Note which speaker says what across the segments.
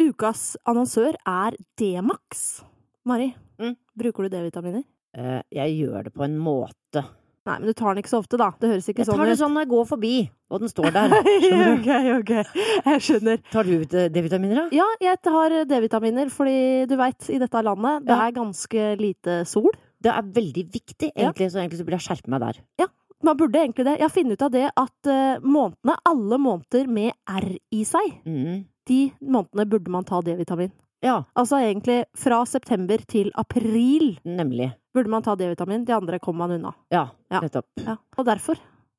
Speaker 1: Ukas annonsør er D-Max. Mari,
Speaker 2: Mm.
Speaker 1: bruker du D-vitaminer?
Speaker 2: Eh, jeg gjør det på en måte.
Speaker 1: Nei, men du tar den ikke så ofte, da. Det høres ikke
Speaker 2: Jeg tar
Speaker 1: sånn
Speaker 2: det
Speaker 1: ut.
Speaker 2: sånn når jeg går forbi, og den står der. Skjønner du?
Speaker 1: ok, ok. Jeg skjønner.
Speaker 2: Tar du ut eh, D-vitaminer, da?
Speaker 1: Ja, jeg tar D-vitaminer, fordi du veit, i dette landet, det
Speaker 2: Ja.
Speaker 1: er ganske lite sol.
Speaker 2: Det er veldig viktig,
Speaker 1: Ja.
Speaker 2: egentlig, så egentlig så burde jeg skjerpe meg der.
Speaker 1: Man burde egentlig det. Jeg har funnet ut av det at eh, månedene, alle måneder med R i seg,
Speaker 2: Mhm.
Speaker 1: de månedene burde man ta D-vitamin.
Speaker 2: Ja,
Speaker 1: Altså egentlig fra september til april
Speaker 2: nemlig.
Speaker 1: burde man ta D-vitamin, de andre kommer man unna.
Speaker 2: Ja,
Speaker 1: Ja.
Speaker 2: nettopp.
Speaker 1: Ja. Og derfor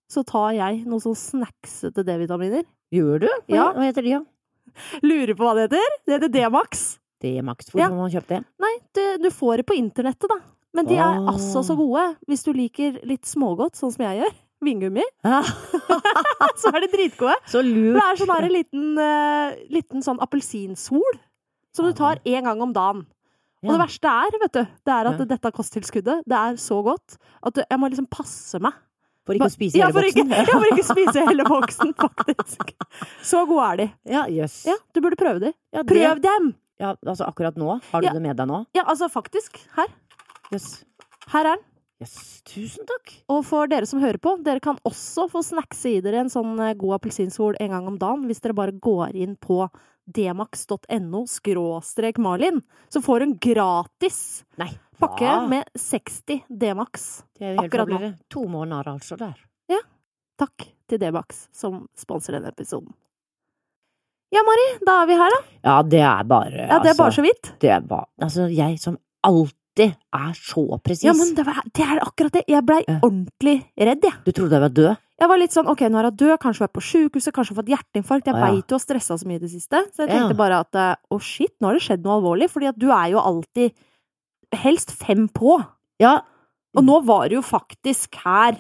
Speaker 1: så tar jeg noen sånn snacksete D-vitaminer.
Speaker 2: Gjør du? Hva,
Speaker 1: Ja.
Speaker 2: hva heter de, da?
Speaker 1: Lurer på hva det heter? Det heter D-Max.
Speaker 2: Det er Max. Hvor
Speaker 1: Ja.
Speaker 2: kan man kjøpe det?
Speaker 1: Nei, du, du får det på internettet, da. Men de er
Speaker 2: Åh.
Speaker 1: altså så gode. Hvis du liker litt smågodt, sånn som jeg gjør, vingummi,
Speaker 2: Ah,
Speaker 1: så er de dritgode.
Speaker 2: så lurt.
Speaker 1: Det er sånn her en liten, eh, liten sånn appelsinsol som du tar én gang om dagen. Og
Speaker 2: Ja.
Speaker 1: det verste er, vet du, det er at
Speaker 2: Ja.
Speaker 1: dette kosttilskuddet, det er så godt at du, jeg må liksom passe meg.
Speaker 2: For ikke å spise
Speaker 1: ja,
Speaker 2: hele
Speaker 1: for ikke,
Speaker 2: boksen.
Speaker 1: ja, for ikke spise hele boksen, faktisk. Så gode er de.
Speaker 2: Ja, jøs.
Speaker 1: Ja, du burde prøve de.
Speaker 2: Ja, det-
Speaker 1: Prøv dem!
Speaker 2: Ja, altså akkurat nå. Har du
Speaker 1: Ja.
Speaker 2: det med deg nå?
Speaker 1: Ja, altså faktisk. Her.
Speaker 2: Jøss.
Speaker 1: Her er den.
Speaker 2: Jøss. Tusen takk.
Speaker 1: Og for dere som hører på, dere kan også få snackse i dere en sånn eh, god appelsinsol en gang om dagen hvis dere bare går inn på dmax.no skråstrek Malin, så får hun gratis
Speaker 2: Nei.
Speaker 1: pakke
Speaker 2: hva?
Speaker 1: med 60 Dmax.
Speaker 2: Det er jo helt
Speaker 1: akkurat nå.
Speaker 2: fabulere. To måneder altså der.
Speaker 1: Takk til Dmax som sponser denne episoden. Ja, Mari, da er vi her, da.
Speaker 2: Ja, det er bare
Speaker 1: Ja, det er bare
Speaker 2: altså,
Speaker 1: så vidt.
Speaker 2: det er bare, altså, jeg som alltid er så presis.
Speaker 1: Ja, men det, var, det er akkurat det. Jeg blei
Speaker 2: Ja.
Speaker 1: ordentlig redd, jeg.
Speaker 2: Du trodde jeg var død?
Speaker 1: Jeg var litt sånn ok, nå er hun død, kanskje hun er på sjukehuset, kanskje hun har fått hjerteinfarkt. Jeg
Speaker 2: Å, ja.
Speaker 1: vet du har stressa så mye i det siste, så jeg
Speaker 2: Ja.
Speaker 1: tenkte bare at eh, å shit, nå har det skjedd noe alvorlig. Fordi at du er jo alltid helst fem på.
Speaker 2: Ja. Mm.
Speaker 1: Og nå var du jo faktisk her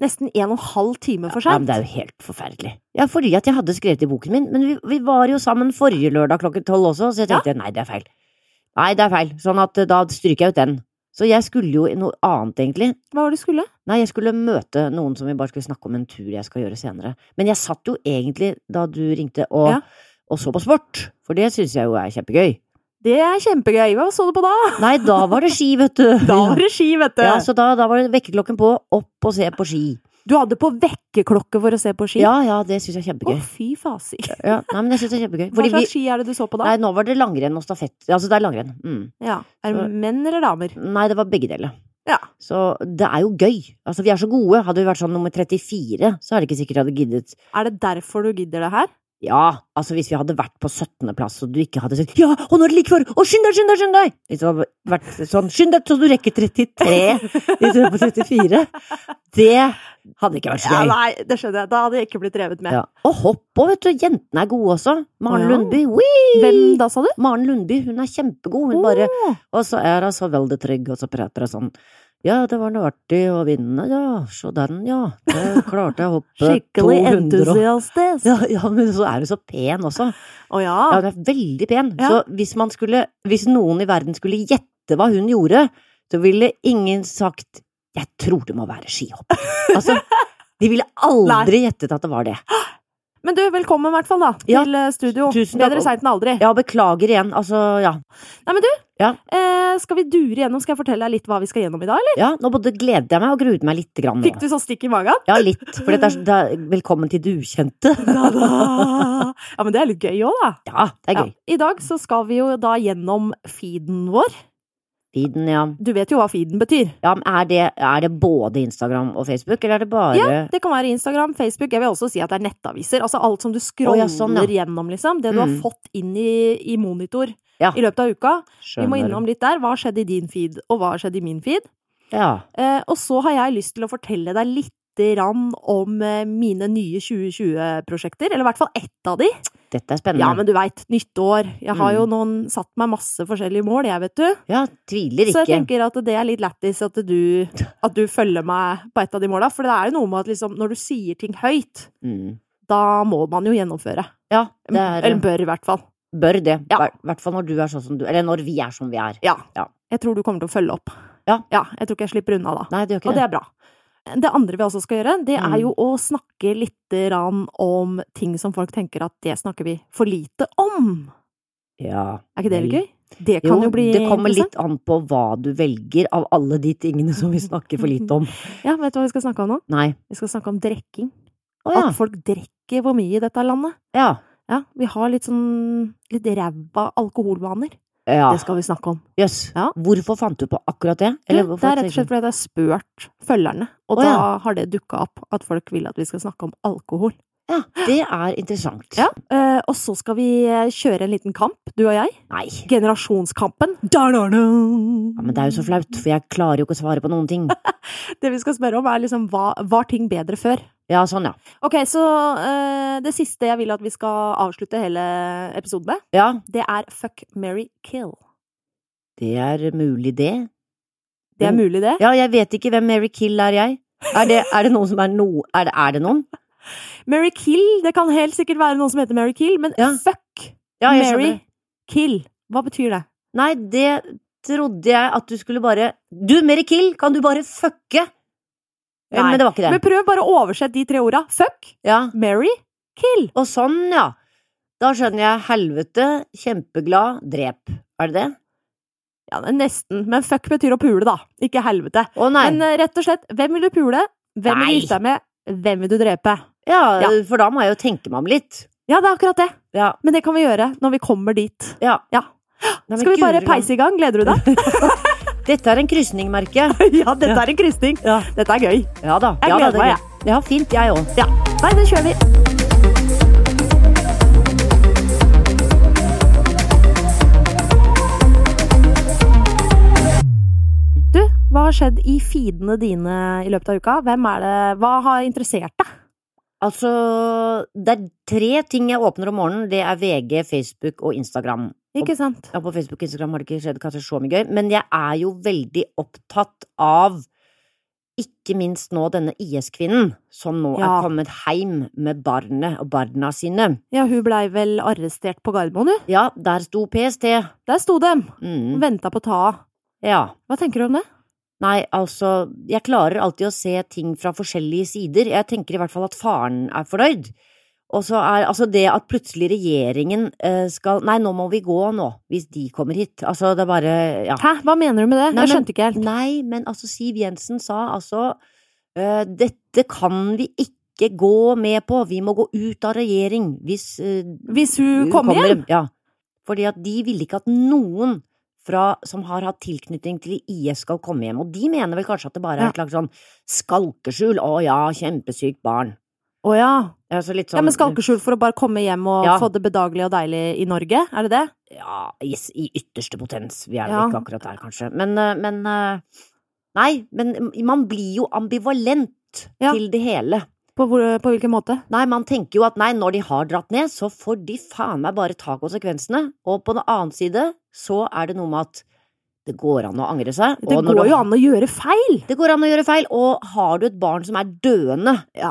Speaker 1: nesten en og en halv time for
Speaker 2: ja,
Speaker 1: seint.
Speaker 2: men det er jo helt forferdelig. Ja, fordi at jeg hadde skrevet i boken min, men vi, vi var jo sammen forrige lørdag klokken tolv også, så jeg tenkte nei, det er feil. Nei, det er feil. Sånn at eh, da stryker jeg ut den. Så jeg skulle jo i noe annet, egentlig.
Speaker 1: Hva var det du skulle?
Speaker 2: Nei, jeg skulle møte noen som vi bare skulle snakke om en tur jeg skal gjøre senere. Men jeg satt jo egentlig, da du ringte, og,
Speaker 1: Ja.
Speaker 2: og så på sport. For det syns jeg jo er kjempegøy.
Speaker 1: Det er kjempegøy. Hva så du på da?
Speaker 2: Nei, da var det ski, vet du.
Speaker 1: Da var det ski, vet du.
Speaker 2: Ja, så da, da var det vekkerklokken på, opp og se på ski.
Speaker 1: Du hadde på vekkerklokke for å se på ski?
Speaker 2: Ja, ja, det syns jeg er
Speaker 1: Å,
Speaker 2: kjempegøy.
Speaker 1: fy fasiker.
Speaker 2: Ja, nei, men jeg synes det er kjempegøy.
Speaker 1: Hva
Speaker 2: Fordi vi,
Speaker 1: slags ski er det du så på da?
Speaker 2: nei, nå var det langrenn og stafett. Altså, det er langrenn. Mm.
Speaker 1: Ja. Er det menn eller damer?
Speaker 2: Nei, det var begge deler.
Speaker 1: Ja.
Speaker 2: Så det er jo gøy. Altså, vi er så gode. Hadde vi vært sånn nummer 34, så er det ikke sikkert jeg hadde giddet.
Speaker 1: Er det derfor du gidder det her?
Speaker 2: Ja, altså hvis vi hadde vært på 17. plass, og du ikke hadde sagt ja, og nå er det like før, og skynd deg, skynd deg, skynd deg! Hvis det hadde vært sånn, skynd deg så du rekker 33 istedenfor 34. Det hadde ikke vært så
Speaker 1: Ja,
Speaker 2: gøy.
Speaker 1: nei, det skjønner jeg. Da hadde jeg ikke blitt revet med.
Speaker 2: Ja. Og hopp òg, vet du. Jentene er gode også. Maren
Speaker 1: Å, ja.
Speaker 2: Lundby, wee!
Speaker 1: Hvem da, sa du?
Speaker 2: Maren Lundby, hun er kjempegod. Hun bare
Speaker 1: Åh,
Speaker 2: Og så er hun så veldig trygg, og så prater hun sånn. Ja, det var noe artig å vinne, ja. Se den, ja. Det klarte jeg å hoppe
Speaker 1: Skikkelig
Speaker 2: 200 og
Speaker 1: entusiastisk. Å ja.
Speaker 2: ja, ja, men så er hun så pen også. Ja, hun er veldig pen.
Speaker 1: Ja.
Speaker 2: Så hvis, man skulle, hvis noen i verden skulle gjette hva hun gjorde, så ville ingen sagt 'jeg tror det må være skihopp'. Altså, de ville aldri gjettet at det var det.
Speaker 1: Men du, velkommen i hvert fall da,
Speaker 2: Ja.
Speaker 1: til eh, studio.
Speaker 2: Tusen takk.
Speaker 1: Bedre seint enn aldri.
Speaker 2: Ja, beklager igjen. Altså, ja.
Speaker 1: Eh, skal vi dure gjennom? Skal jeg fortelle deg litt hva vi skal gjennom i dag, eller?
Speaker 2: ja nå både gleder jeg meg og gruer meg litt. Grann nå.
Speaker 1: Fikk du sånn stikk i magen?
Speaker 2: Ja, litt. For dette er, så- det er Velkommen til det ukjente.
Speaker 1: Da, da. Ja, men det er litt gøy òg, da.
Speaker 2: Ja, det er
Speaker 1: Ja.
Speaker 2: gøy.
Speaker 1: I dag så skal vi jo da gjennom feeden vår.
Speaker 2: Tiden, ja.
Speaker 1: Du vet jo hva feeden betyr.
Speaker 2: ja men er, det, er det både Instagram og Facebook, eller er det bare
Speaker 1: Ja, det kan være Instagram, Facebook. Jeg vil også si at det er nettaviser. Altså alt som du scroller
Speaker 2: Å, ja, sånn, ja.
Speaker 1: gjennom, liksom. Det du har
Speaker 2: Mm.
Speaker 1: fått inn i, i monitor
Speaker 2: Ja.
Speaker 1: i løpet av uka. Vi må
Speaker 2: Skjønner.
Speaker 1: innom litt der. Hva skjedde i din feed, og hva skjedde i min feed?
Speaker 2: Ja.
Speaker 1: Eh, og så har jeg lyst til å fortelle deg litt grann om eh, mine nye 2020-prosjekter, eller i hvert fall ett av de.
Speaker 2: Dette er spennende.
Speaker 1: Ja, men du veit, nyttår. Jeg har jo
Speaker 2: Mm.
Speaker 1: noen satt meg masse forskjellige mål, jeg, vet du.
Speaker 2: Ja, tviler
Speaker 1: Så jeg
Speaker 2: ikke.
Speaker 1: tenker at det er litt lættis at du, at du følger meg på et av de måla. For det er jo noe med at liksom, når du sier ting høyt,
Speaker 2: Mm.
Speaker 1: da må man jo gjennomføre.
Speaker 2: Ja, det er,
Speaker 1: Eller bør, i hvert fall.
Speaker 2: bør det. I
Speaker 1: Ja.
Speaker 2: hvert fall når du er sånn som du Eller når vi er som vi er.
Speaker 1: Ja.
Speaker 2: Ja.
Speaker 1: Jeg tror du kommer til å følge opp.
Speaker 2: Ja.
Speaker 1: jeg tror ikke jeg slipper unna da.
Speaker 2: Nei, det gjør ikke
Speaker 1: Og det er bra. Det andre vi også skal gjøre, det er
Speaker 2: Mm.
Speaker 1: jo å snakke litt grann om ting som folk tenker at det snakker vi for lite om.
Speaker 2: Ja.
Speaker 1: Er ikke det litt
Speaker 2: vel.
Speaker 1: gøy? Det kan jo, bli
Speaker 2: det kommer
Speaker 1: interessant.
Speaker 2: litt an på hva du velger av alle de tingene som vi snakker for lite om.
Speaker 1: Ja, vet du hva vi skal snakke om nå?
Speaker 2: Nei.
Speaker 1: Vi skal snakke om drekking.
Speaker 2: Å ja.
Speaker 1: At folk drikker for mye i dette landet.
Speaker 2: Ja.
Speaker 1: Ja, vi har litt sånn litt ræva alkoholvaner.
Speaker 2: Ja.
Speaker 1: Det skal vi snakke om.
Speaker 2: Jøss.
Speaker 1: Ja.
Speaker 2: Hvorfor fant du på akkurat det?
Speaker 1: Du,
Speaker 2: Eller
Speaker 1: det
Speaker 2: hvorfor
Speaker 1: er rett og
Speaker 2: tenker
Speaker 1: slett
Speaker 2: du-
Speaker 1: fordi jeg har spurt følgerne, og
Speaker 2: Å,
Speaker 1: da
Speaker 2: ja.
Speaker 1: har det dukka opp at folk vil at vi skal snakke om alkohol.
Speaker 2: Ja, det er interessant.
Speaker 1: Ja. Eh, og så skal vi eh, kjøre en liten kamp, du og jeg.
Speaker 2: Nei.
Speaker 1: Generasjonskampen. Da, da, da.
Speaker 2: Ja, men det er jo så flaut, for jeg klarer jo ikke å svare på noen ting.
Speaker 1: Det vi skal spørre om, er liksom hva, var ting bedre før?
Speaker 2: Ja, sånn, ja.
Speaker 1: Ok, så eh, det siste jeg vil at vi skal avslutte hele episoden med,
Speaker 2: Ja,
Speaker 1: det er fuck, marry, kill.
Speaker 2: det er mulig, det.
Speaker 1: Det er
Speaker 2: Mm.
Speaker 1: mulig, det?
Speaker 2: Ja, jeg vet ikke hvem Mary Kill er, jeg. Er det, er det noen som er no... Er det, er det noen?
Speaker 1: Mary Kill, det kan helt sikkert være noen som heter Mary Kill, men
Speaker 2: Ja.
Speaker 1: fuck,
Speaker 2: Ja, jeg
Speaker 1: Mary,
Speaker 2: skjønner.
Speaker 1: kill. Hva betyr det?
Speaker 2: Nei, det trodde jeg at du skulle bare Du, Mary Kill, kan du bare fucke? Eh,
Speaker 1: Nei.
Speaker 2: Men det var ikke
Speaker 1: Men
Speaker 2: det.
Speaker 1: prøv bare å oversette de tre orda. Fuck,
Speaker 2: Ja.
Speaker 1: Mary, kill.
Speaker 2: Og sånn, ja. Da skjønner jeg. Helvete, kjempeglad, drep. Er det det?
Speaker 1: Ja, nesten. Men fuck betyr å pule, da. Ikke helvete.
Speaker 2: Å nei.
Speaker 1: Men eh, rett og slett, hvem vil du pule? Hvem vil
Speaker 2: Nei.
Speaker 1: du gifte deg med? Hvem vil du drepe?
Speaker 2: ja,
Speaker 1: ja.
Speaker 2: for da må jeg jo tenke meg om litt.
Speaker 1: Ja, det er akkurat det.
Speaker 2: Ja.
Speaker 1: Men det kan vi gjøre når vi kommer dit.
Speaker 2: ja.
Speaker 1: Ja.
Speaker 2: Nei, men
Speaker 1: Skal vi bare
Speaker 2: guri land.
Speaker 1: peise i gang? Gleder du deg?
Speaker 2: Dette er en krysning, merker jeg.
Speaker 1: ja, dette er en krysning.
Speaker 2: Ja.
Speaker 1: Dette er gøy.
Speaker 2: Ja da.
Speaker 1: Jeg
Speaker 2: ja, da,
Speaker 1: gleder meg,
Speaker 2: det- Ja, fint, jeg òg.
Speaker 1: Ja. Nei, det kjører vi. Du, hva har skjedd i feedene dine i løpet av uka? Hvem er det Hva har interessert deg?
Speaker 2: Altså, det er tre ting jeg åpner om morgenen. Det er VG, Facebook og Instagram.
Speaker 1: Ikke sant?
Speaker 2: Ja, på Facebook og Instagram har det ikke skjedd kanskje så mye gøy, men jeg er jo veldig opptatt av ikke minst nå denne IS-kvinnen som nå
Speaker 1: Ja.
Speaker 2: er kommet heim med barnet og barna sine.
Speaker 1: Ja, hun blei vel arrestert på Gardermoen, hun.
Speaker 2: Ja, der sto PST.
Speaker 1: Der sto dem!
Speaker 2: Mm,
Speaker 1: Venta på å ta av.
Speaker 2: ja.
Speaker 1: Hva tenker du om det?
Speaker 2: Nei, altså, jeg klarer alltid å se ting fra forskjellige sider. Jeg tenker i hvert fall at faren er fornøyd. Og så er altså det at plutselig regjeringen eh, skal Nei, nå må vi gå nå, hvis de kommer hit. Altså, det er bare Ja.
Speaker 1: Hæ, hva mener du med det?
Speaker 2: Nei,
Speaker 1: Jeg
Speaker 2: men-
Speaker 1: skjønte ikke helt.
Speaker 2: Nei, men altså, Siv Jensen sa altså eh, Dette kan vi ikke gå med på. Vi må gå ut av regjering hvis eh,
Speaker 1: Hvis hun kommer hjem?
Speaker 2: Ja. Fordi at de ville ikke at noen fra, som har hatt tilknytning til IS, skal komme hjem. Og de mener vel kanskje at det bare er
Speaker 1: Ja.
Speaker 2: et slags sånn skalkeskjul. Å ja, kjempesykt barn.
Speaker 1: Å ja.
Speaker 2: Altså litt sånn
Speaker 1: ja. Men skalkeskjul for å bare komme hjem og
Speaker 2: Ja.
Speaker 1: få det bedagelig og deilig i Norge? Er det det?
Speaker 2: Ja, yes, i ytterste potens. Vi er vel
Speaker 1: Ja.
Speaker 2: ikke akkurat der, kanskje. Men, eh, men eh, Nei, men man blir jo ambivalent
Speaker 1: Ja.
Speaker 2: til det hele.
Speaker 1: På, hvor, på hvilken måte?
Speaker 2: Nei, man tenker jo at nei, når de har dratt ned, så får de faen meg bare ta konsekvensene. Og på den annen side så er det noe med at det går an å angre seg.
Speaker 1: Det
Speaker 2: og når
Speaker 1: går
Speaker 2: du-
Speaker 1: jo an å gjøre feil!
Speaker 2: Det går an å gjøre feil, og har du et barn som er døende,
Speaker 1: Ja.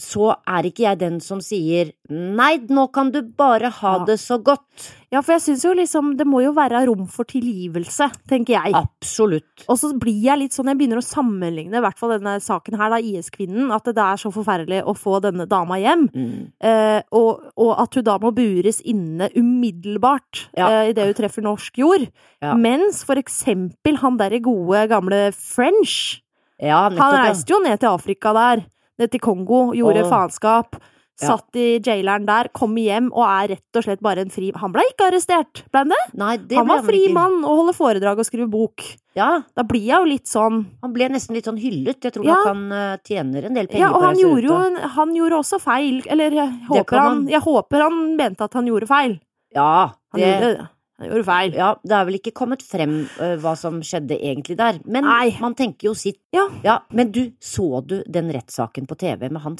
Speaker 2: så er ikke jeg den som sier nei, nå kan du bare ha
Speaker 1: Ja.
Speaker 2: det så godt.
Speaker 1: Ja, for jeg syns jo liksom det må jo være rom for tilgivelse, tenker jeg.
Speaker 2: Absolutt.
Speaker 1: Og så blir jeg litt sånn, jeg begynner å sammenligne i hvert fall denne saken her, da, IS-kvinnen, at det er så forferdelig å få denne dama hjem.
Speaker 2: Mm.
Speaker 1: Eh, og, og at hun da må bures inne umiddelbart
Speaker 2: Ja.
Speaker 1: eh, idet hun treffer norsk jord.
Speaker 2: Ja.
Speaker 1: Mens for eksempel han derre gode, gamle French,
Speaker 2: Ja,
Speaker 1: Han
Speaker 2: nettopp. ja.
Speaker 1: reiste jo ned til Afrika der, ned til Kongo, gjorde
Speaker 2: Åh.
Speaker 1: faenskap.
Speaker 2: Ja.
Speaker 1: Satt i jaileren der, kom hjem og er rett og slett bare en fri Han ble ikke arrestert, ble han det?
Speaker 2: Nei, det
Speaker 1: Han
Speaker 2: ble
Speaker 1: var fri
Speaker 2: ikke.
Speaker 1: mann og holder foredrag og skriver bok.
Speaker 2: Ja,
Speaker 1: Da blir jeg jo litt sånn
Speaker 2: han ble nesten litt sånn hyllet. Jeg tror
Speaker 1: Ja.
Speaker 2: nok han eh, tjener en del penger
Speaker 1: Ja, og
Speaker 2: på
Speaker 1: han
Speaker 2: å se ut
Speaker 1: gjorde jo
Speaker 2: av-
Speaker 1: en, han gjorde også feil. Eller jeg håper
Speaker 2: kan
Speaker 1: han,
Speaker 2: han.
Speaker 1: jeg håper han mente at han gjorde feil.
Speaker 2: Ja,
Speaker 1: Han
Speaker 2: det,
Speaker 1: gjorde det. Han gjorde feil.
Speaker 2: Ja, det er vel ikke kommet frem ø, hva som skjedde egentlig der, men
Speaker 1: Nei.
Speaker 2: man tenker jo sitt.
Speaker 1: Ja.
Speaker 2: Men du, så du den rettssaken på TV med han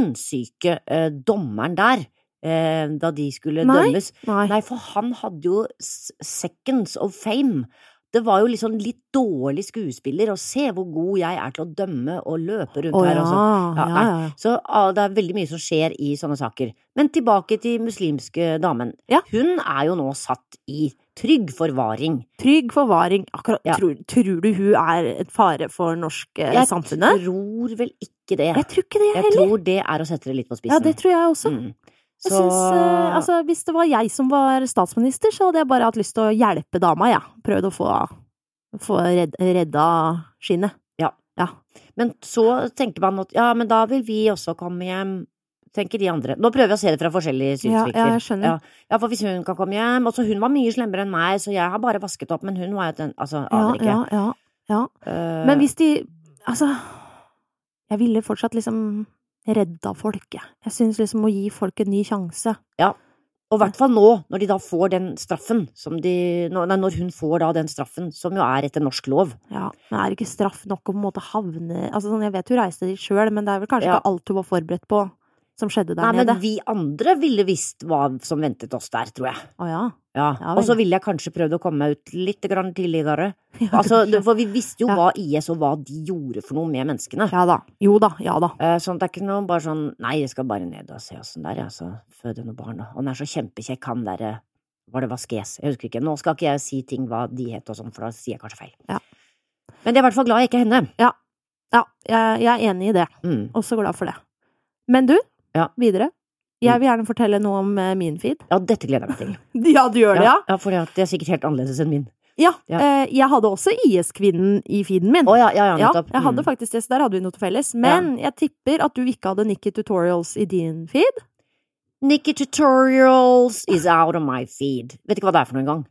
Speaker 2: sinnssyke ø, dommeren der, ø, da de skulle
Speaker 1: Nei.
Speaker 2: dømmes?
Speaker 1: Nei.
Speaker 2: Nei, for han hadde jo s- seconds of fame. Det var jo liksom litt dårlig skuespiller, og se hvor god jeg er til å dømme og løpe rundt
Speaker 1: Å
Speaker 2: her
Speaker 1: ja.
Speaker 2: og sånn.
Speaker 1: Ja,
Speaker 2: Ja,
Speaker 1: ja, ja.
Speaker 2: Så ah, det er veldig mye som skjer i sånne saker. Men tilbake til muslimske damen.
Speaker 1: Ja.
Speaker 2: Hun er jo nå satt i trygg forvaring.
Speaker 1: Trygg forvaring. Akkurat,
Speaker 2: Ja.
Speaker 1: tror, tror du hun er et fare for norsk eh, samfunnet?
Speaker 2: tror vel ikke det.
Speaker 1: Jeg tror ikke det, jeg
Speaker 2: Jeg
Speaker 1: heller.
Speaker 2: tror det er å sette det litt på spissen.
Speaker 1: Ja, det tror jeg også.
Speaker 2: Mm.
Speaker 1: Jeg synes, eh, altså, hvis det var jeg som var statsminister, så hadde jeg bare hatt lyst til å hjelpe dama, jeg. Ja. Prøvd å få, få redd, redda skinnet.
Speaker 2: Men så tenker man at ja, men da vil vi også komme hjem, tenker de andre. Nå prøver jeg å se det fra forskjellige
Speaker 1: Ja,
Speaker 2: synsvinkler.
Speaker 1: ja, jeg skjønner.
Speaker 2: Ja. Ja, for hvis hun kan komme hjem Altså, hun var mye slemmere enn meg, så jeg har bare vasket opp, men hun var jo den Altså, aner ikke.
Speaker 1: ja, ja, ja.
Speaker 2: Eh,
Speaker 1: Men hvis de Altså Jeg ville fortsatt liksom redda folket. Jeg syns liksom å gi folk en ny sjanse.
Speaker 2: Og i hvert fall nå, når de da får den straffen som de nå- Nei, når hun får da den straffen, som jo er etter norsk lov.
Speaker 1: Ja, men er det ikke straff nok å på en måte havne Altså sånn, jeg vet hun reiste dit sjøl, men det er vel kanskje
Speaker 2: Ja.
Speaker 1: ikke alt hun var forberedt på som skjedde der
Speaker 2: Nei, men
Speaker 1: nede.
Speaker 2: vi andre ville visst hva som ventet oss der, tror jeg.
Speaker 1: Å ja.
Speaker 2: Ja.
Speaker 1: Ja, vel.
Speaker 2: og så ville jeg kanskje prøvd å komme meg ut litt grann tidligere.
Speaker 1: Ja,
Speaker 2: Altså,
Speaker 1: kanskje.
Speaker 2: for vi visste jo
Speaker 1: Ja.
Speaker 2: hva IS og hva de gjorde for noe med menneskene.
Speaker 1: Ja da. Jo da. Ja da.
Speaker 2: Eh, Sånn, det er ikke noe bare sånn Nei, jeg skal bare ned og se åssen det er, jeg. Så føde noen barn, og han er så kjempekjekk, han derre Var det Vasques? Jeg husker ikke. Nå skal ikke jeg si ting hva de het og sånn, for da sier jeg kanskje feil.
Speaker 1: Ja.
Speaker 2: Men jeg er i hvert fall glad jeg ikke er henne.
Speaker 1: Ja, jeg, jeg er enig i det.
Speaker 2: Mm.
Speaker 1: Også glad for det. Men du,
Speaker 2: Ja. Mm.
Speaker 1: videre. Jeg vil gjerne fortelle noe om eh, min feed.
Speaker 2: Ja, dette gleder jeg meg til.
Speaker 1: Ja, du gjør
Speaker 2: ja, ja for det er sikkert helt annerledes enn min.
Speaker 1: Ja.
Speaker 2: Ja.
Speaker 1: eh, Jeg hadde også IS-kvinnen i feeden min.
Speaker 2: Å ja, ja, ja,
Speaker 1: Ja,
Speaker 2: nettopp.
Speaker 1: jeg hadde
Speaker 2: Mm.
Speaker 1: faktisk det, så der hadde vi noe til felles. Men jeg tipper at du ikke hadde Nikki Tutorials i din feed.
Speaker 2: Nikki Tutorials is out of my feed. Vet ikke hva det er for noe engang.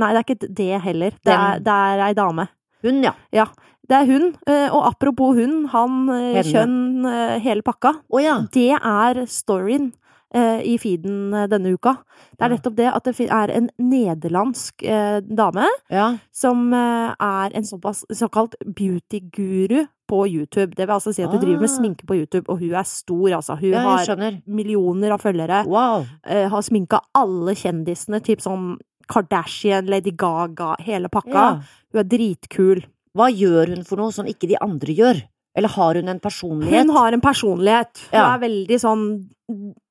Speaker 1: Nei, det er ikke det heller. Det er,
Speaker 2: Dem.
Speaker 1: det er ei dame.
Speaker 2: Hun, ja.
Speaker 1: Det er hun. eh, Og apropos hun, han, eh,
Speaker 2: Henne.
Speaker 1: kjønn, eh, hele pakka.
Speaker 2: Å ja.
Speaker 1: Det er storyen eh, i feeden eh, denne uka. Det er
Speaker 2: Ja.
Speaker 1: nettopp det at det fin- er en nederlandsk eh, dame
Speaker 2: Ja.
Speaker 1: som eh, er en såpass såkalt beauty-guru på YouTube. Det vil altså si at hun driver med
Speaker 2: Ah.
Speaker 1: sminke på YouTube, og hun er stor, altså. Hun
Speaker 2: ja, jeg
Speaker 1: har
Speaker 2: skjønner.
Speaker 1: millioner av følgere.
Speaker 2: Wow.
Speaker 1: eh, har sminka alle kjendisene, typ sånn Kardashian, Lady Gaga, hele pakka.
Speaker 2: Ja.
Speaker 1: Hun er dritkul.
Speaker 2: Hva gjør hun for noe som ikke de andre gjør? Eller har hun en personlighet?
Speaker 1: Hun har en personlighet. Hun
Speaker 2: Ja.
Speaker 1: er veldig sånn